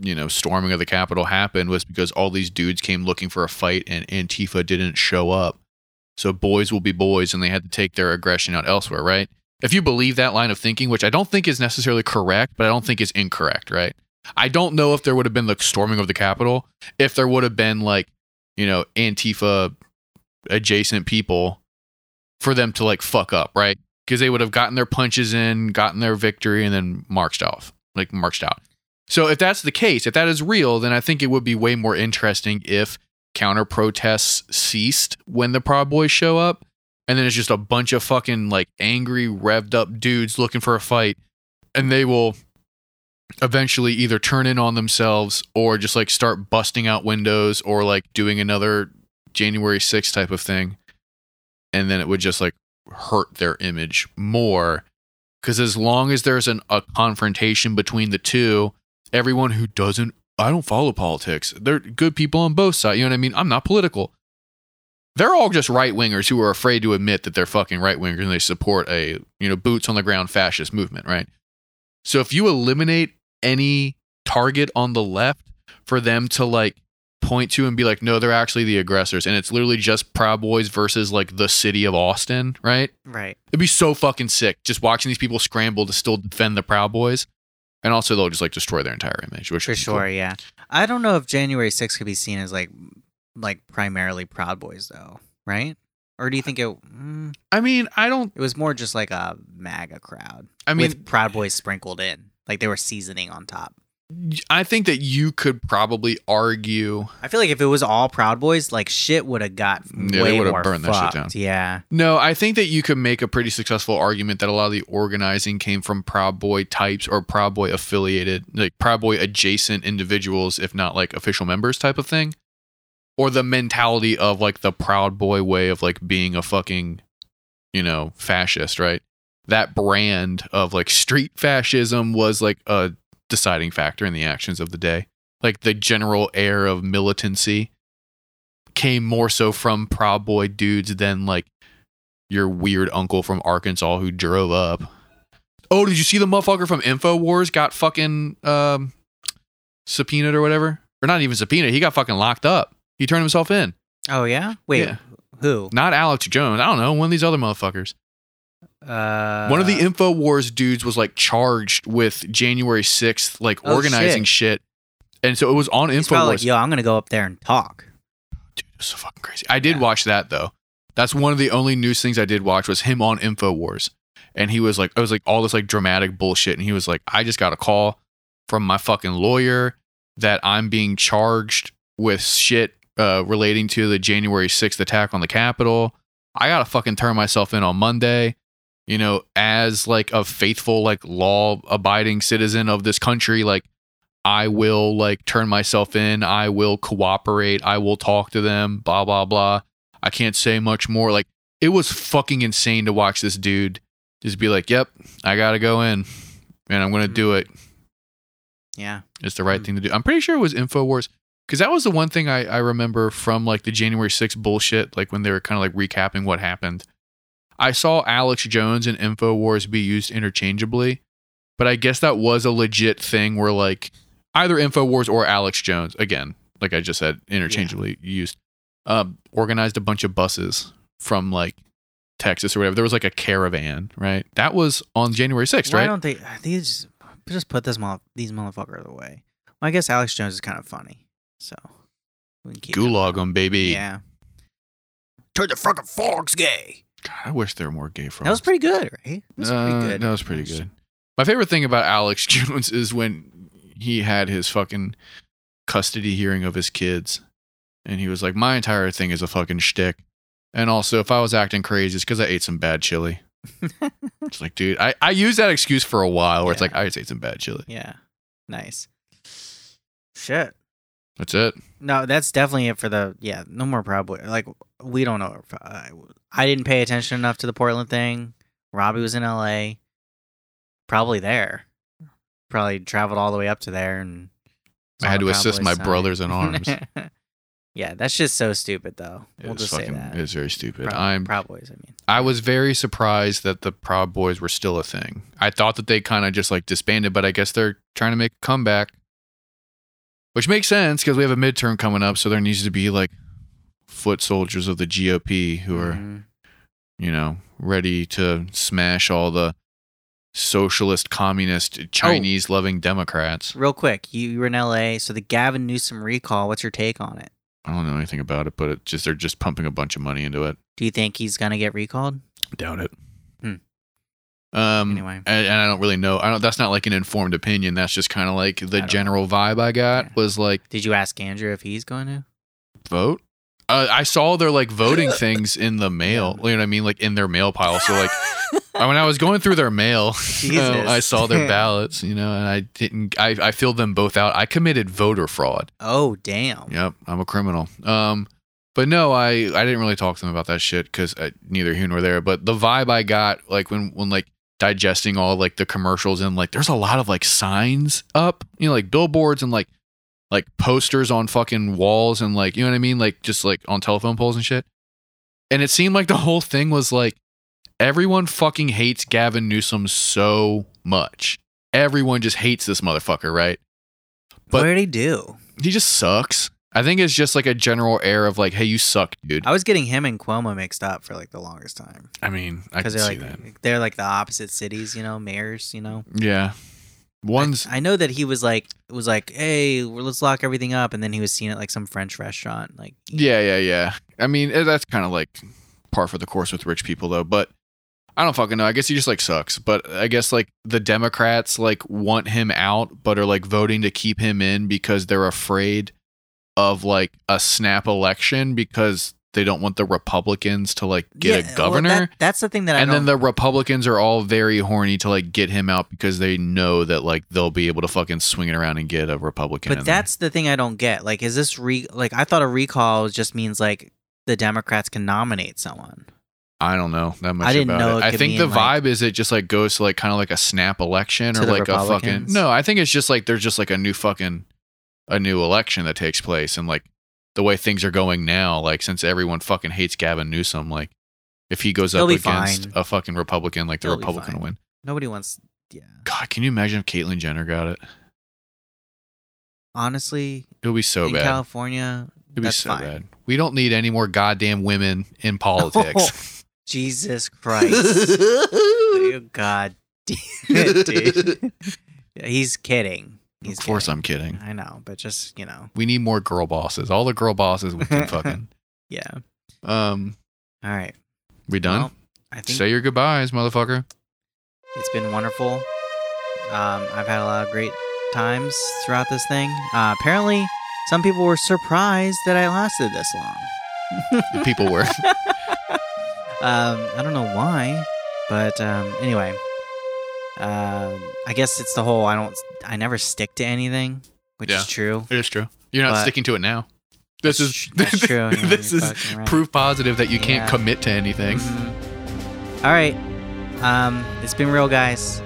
you know, storming of the Capitol happened was because all these dudes came looking for a fight and Antifa didn't show up. So boys will be boys and they had to take their aggression out elsewhere, right? If you believe that line of thinking, which I don't think is necessarily correct, but I don't think is incorrect, right? I don't know if there would have been the storming of the Capitol if there would have been like, you know, Antifa adjacent people for them to like fuck up, right? Because they would have gotten their punches in, gotten their victory, and then marched off, like marched out. So if that's the case, if that is real, then I think it would be way more interesting if counter protests ceased when the Proud Boys show up, and then it's just a bunch of fucking like angry, revved up dudes looking for a fight, and they will eventually either turn in on themselves or just like start busting out windows or like doing another January 6th type of thing. And then it would just like hurt their image more. Because as long as there's an, a confrontation between the two, everyone who doesn't, I don't follow politics. They're good people on both sides. You know what I mean? I'm not political. They're all just right wingers who are afraid to admit that they're fucking right wingers and they support a, you know, boots on the ground fascist movement, right? So if you eliminate any target on the left for them to like point to and be like, no, they're actually the aggressors, and it's literally just Proud Boys versus like the city of Austin, right?
Right.
It'd be so fucking sick just watching these people scramble to still defend the Proud Boys. And also, they'll just like destroy their entire image, which
For
is cool.
sure, yeah. I don't know if January 6th could be seen as like like primarily Proud Boys though, right? Or do you think it mm,
I mean, I don't.
it was more just like a MAGA crowd?
I mean,
with Proud Boys sprinkled in, like they were seasoning on top.
I think that you could probably argue.
I feel like if it was all Proud Boys, like shit would have got
Yeah, they
way
would've
more
burned that
fucked.
shit down.
Yeah,
No, I think that you could make a pretty successful argument that a lot of the organizing came from Proud Boy types or Proud Boy affiliated, like Proud Boy adjacent individuals, if not like official members type of thing. Or the mentality of like the Proud Boy way of like being a fucking, you know, fascist, right? That brand of like street fascism was like a deciding factor in the actions of the day. Like the general air of militancy came more so from Proud Boy dudes than like your weird uncle from Arkansas who drove up. Oh, did you see the motherfucker from InfoWars got fucking um, subpoenaed or whatever? Or not even subpoenaed. He got fucking locked up. He turned himself in.
Oh yeah. Wait,
Yeah.
who?
Not Alex Jones. I don't know. One of these other motherfuckers.
Uh,
one of the InfoWars dudes was like charged with January 6th, like
Oh,
organizing shit. And so it was on
he's probably like,
InfoWars.
yo, I'm gonna go up there and talk.
Dude, it's so fucking crazy. I did
Yeah.
watch that though. That's one of the only news things I did watch was him on InfoWars. And he was like, I was like all this like dramatic bullshit. And he was like, I just got a call from my fucking lawyer that I'm being charged with shit uh, relating to the January 6th attack on the Capitol. I gotta fucking turn myself in on Monday. You know, as like a faithful, like law abiding citizen of this country, like I will like turn myself in. I will cooperate. I will talk to them. Blah blah blah. I can't say much more. Like it was fucking insane to watch this dude just be like, "Yep, I gotta go in, and I'm gonna do it.
Yeah.
It's the right
Mhm.
thing to do." I'm pretty sure it was Infowars because that was the one thing I, I remember from like the January 6th bullshit. Like when they were kind of like recapping what happened. I saw Alex Jones and Infowars be used interchangeably, but I guess that was a legit thing where like either Infowars or Alex Jones, again, like I just said, interchangeably used, um, organized a bunch of buses from like Texas or whatever. There was like a caravan, right? That was on January 6th,
Why
right?
don't they these just put this mo- these motherfuckers away? Well, I guess Alex Jones is kind of funny, so we can keep him.
Gulag them, baby.
Yeah. Turn the fucking frogs gay.
God, I wish there were more gay frogs.
That was pretty good, right? That was
Uh,
pretty good.
That was pretty good. My favorite thing about Alex Jones is when he had his fucking custody hearing of his kids, and he was like, "My entire thing is a fucking shtick." And also, if I was acting crazy, it's because I ate some bad chili. It's like, dude, I, I used that excuse for a while where it's
Yeah.
like, I just ate some bad chili.
yeah. Nice. Shit.
That's it.
No, that's definitely it for the yeah. No more probably. Like we don't know. Uh, I didn't pay attention enough to the Portland thing. Robbie was in L.A. Probably there. Probably traveled all the way up to there, and
I had to
saw the
assist
Cowboys
my
sign.
brothers in arms.
yeah, that's just so stupid, though. we'll
It's
just say
fucking,
that.
it's very stupid.
Proud-
I'm
Proud Boys. I mean,
I was very surprised that the Proud Boys were still a thing. I thought that they kind of just like disbanded, but I guess they're trying to make a comeback, which makes sense because we have a midterm coming up, so there needs to be like foot soldiers of the GOP who are
Mhm.
you know ready to smash all the socialist, communist, Chinese loving Democrats.
Real quick, you, you were in LA, so the Gavin Newsom recall. What's your take on it?
I don't know anything about it, but it just they're just pumping a bunch of money into it.
Do you think he's gonna get recalled?
Doubt it.
Hmm.
Um,
Anyway.
and, and I don't really know. I don't. That's not like an informed opinion. That's just kind of like
don't
the
know.
general vibe I got
Yeah.
was like
Did you ask Andrew if he's going to?
vote. Uh, I saw their like voting things in the mail. You know what I mean? Like in their mail pile. So like I- when I was going through their mail, you know,
Jesus.
I saw their ballots. You know, and I didn't. I I filled them both out. I committed voter fraud.
Oh damn.
Yep, I'm a criminal. Um, but no, I I didn't really talk to them about that shit because neither here nor there. But the vibe I got, like when when like digesting all like the commercials and like there's a lot of like signs up, you know, like billboards and like like posters on fucking walls and like you know what I mean, like just like on telephone poles and shit. And it seemed like the whole thing was like everyone fucking hates Gavin Newsom so much. Everyone just hates this motherfucker, right? But-
what did he do?
he just sucks. I think it's just like a general air of like, hey, you suck, dude.
I was getting him and Cuomo mixed up for like the longest time
I mean, I
because
can see
they're like "Mm,
that.
they're like the opposite cities, you know, mayors, you know.
Yeah, one's
I know that he was like was like, hey, well, let's lock everything up, and then he was seen at like some French restaurant, like
yeah, yeah, yeah. I mean, eh, that's kind of like par for the course with rich people, though. But I don't fucking know. I guess he just like sucks. But I guess like the Democrats like want him out, but are like voting to keep him in because they're afraid of like a snap election because they don't want the Republicans to like get
Yeah,
a
well, that-
governor.
that's the thing that I
and
don't.
then the Republicans are all very horny to like get him out because they know that like they'll be able to fucking swing it around and get a Republican.
but
in there.
that's the thing I don't get. Like, is this re? Like, I thought a recall just means like the Democrats can nominate someone.
I don't know that much.
I didn't
about
know
It.
it
I
could
think the
mean, like-
vibe is it just like goes to like kind of like a snap election
To
or
the
like a fucking
Republicans?
no. I think it's just like there's just like a new fucking a new election that takes place and like the way things are going now. Like since everyone fucking hates Gavin Newsom, like if he goes
He'll
up
be
against
fine.
a fucking Republican, like the
He'll be
Republican
fine.
will win.
Nobody wants. Yeah,
God, can you imagine if Caitlyn Jenner got it?
honestly,
It would be so
in
bad.
California,
It'd be
that's
so
fine.
bad. We don't need any more goddamn women in politics.
Jesus Christ, You God damn it, dude. Yeah, He's kidding. He's
of course,
kidding.
I'm kidding.
I know, but just you know,
We need more girl bosses. All the girl bosses we can fucking.
yeah.
Um,
All right,
we done.
Well, I think
Say your goodbyes, motherfucker.
It's been wonderful. Um, I've had a lot of great times throughout this thing. Uh, apparently, some people were surprised that I lasted this long.
The people were.
Um, I don't know why, but um, anyway, um, I guess it's the whole I don't, I never stick to anything, which
Yeah.
is true.
it is true. You're not
But-
sticking to it now. This
That's
is
tr- that's true. Yeah,
this
you're
is
fucking right.
proof positive that you can't
Yeah. Mm-hmm.
commit to anything.
Mhm. All right, um, it's been real, guys.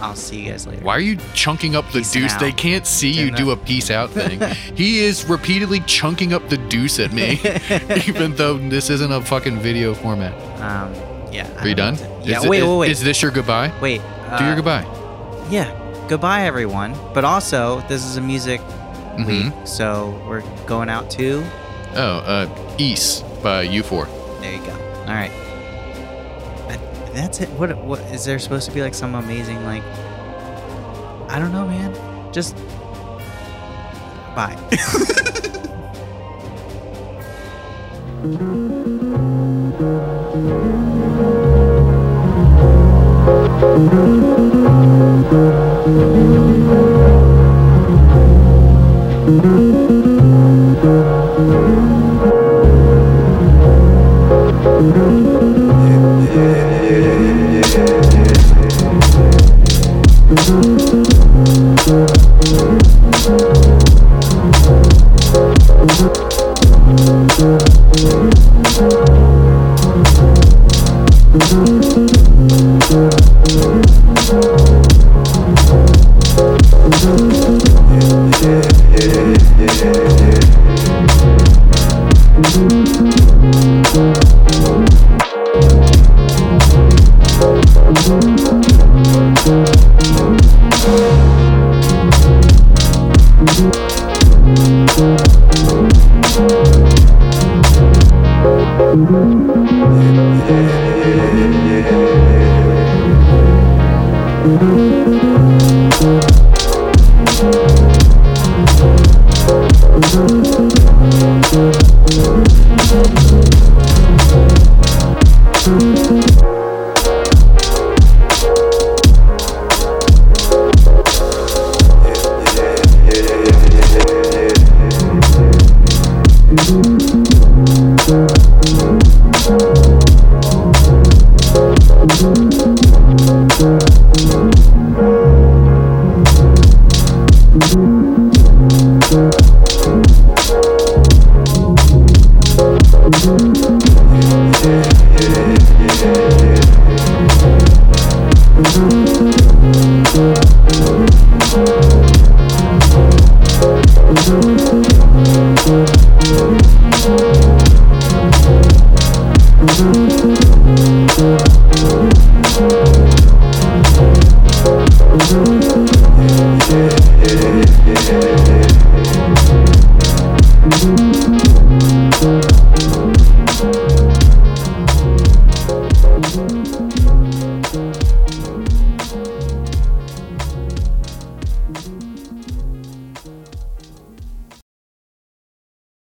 I'll see you guys later.
Why are you chunking up the
Peace
deuce?
out.
They can't see you
Didn't
do a peace out thing. he is repeatedly chunking up the deuce at me, even though this isn't a fucking video format.
Um, yeah. I
Are you
don't
done?
know what to- Yeah.
Is-
wait,
is-
wait, wait.
Is this your goodbye?
wait.
Do your
uh,
goodbye.
yeah goodbye everyone but also this is a music
Mm-hmm.
week so we're going out to
Oh, uh, East by U4.
there you go all right I- that's it what what is there supposed to be like some amazing like i don't know man just bye
Thank you.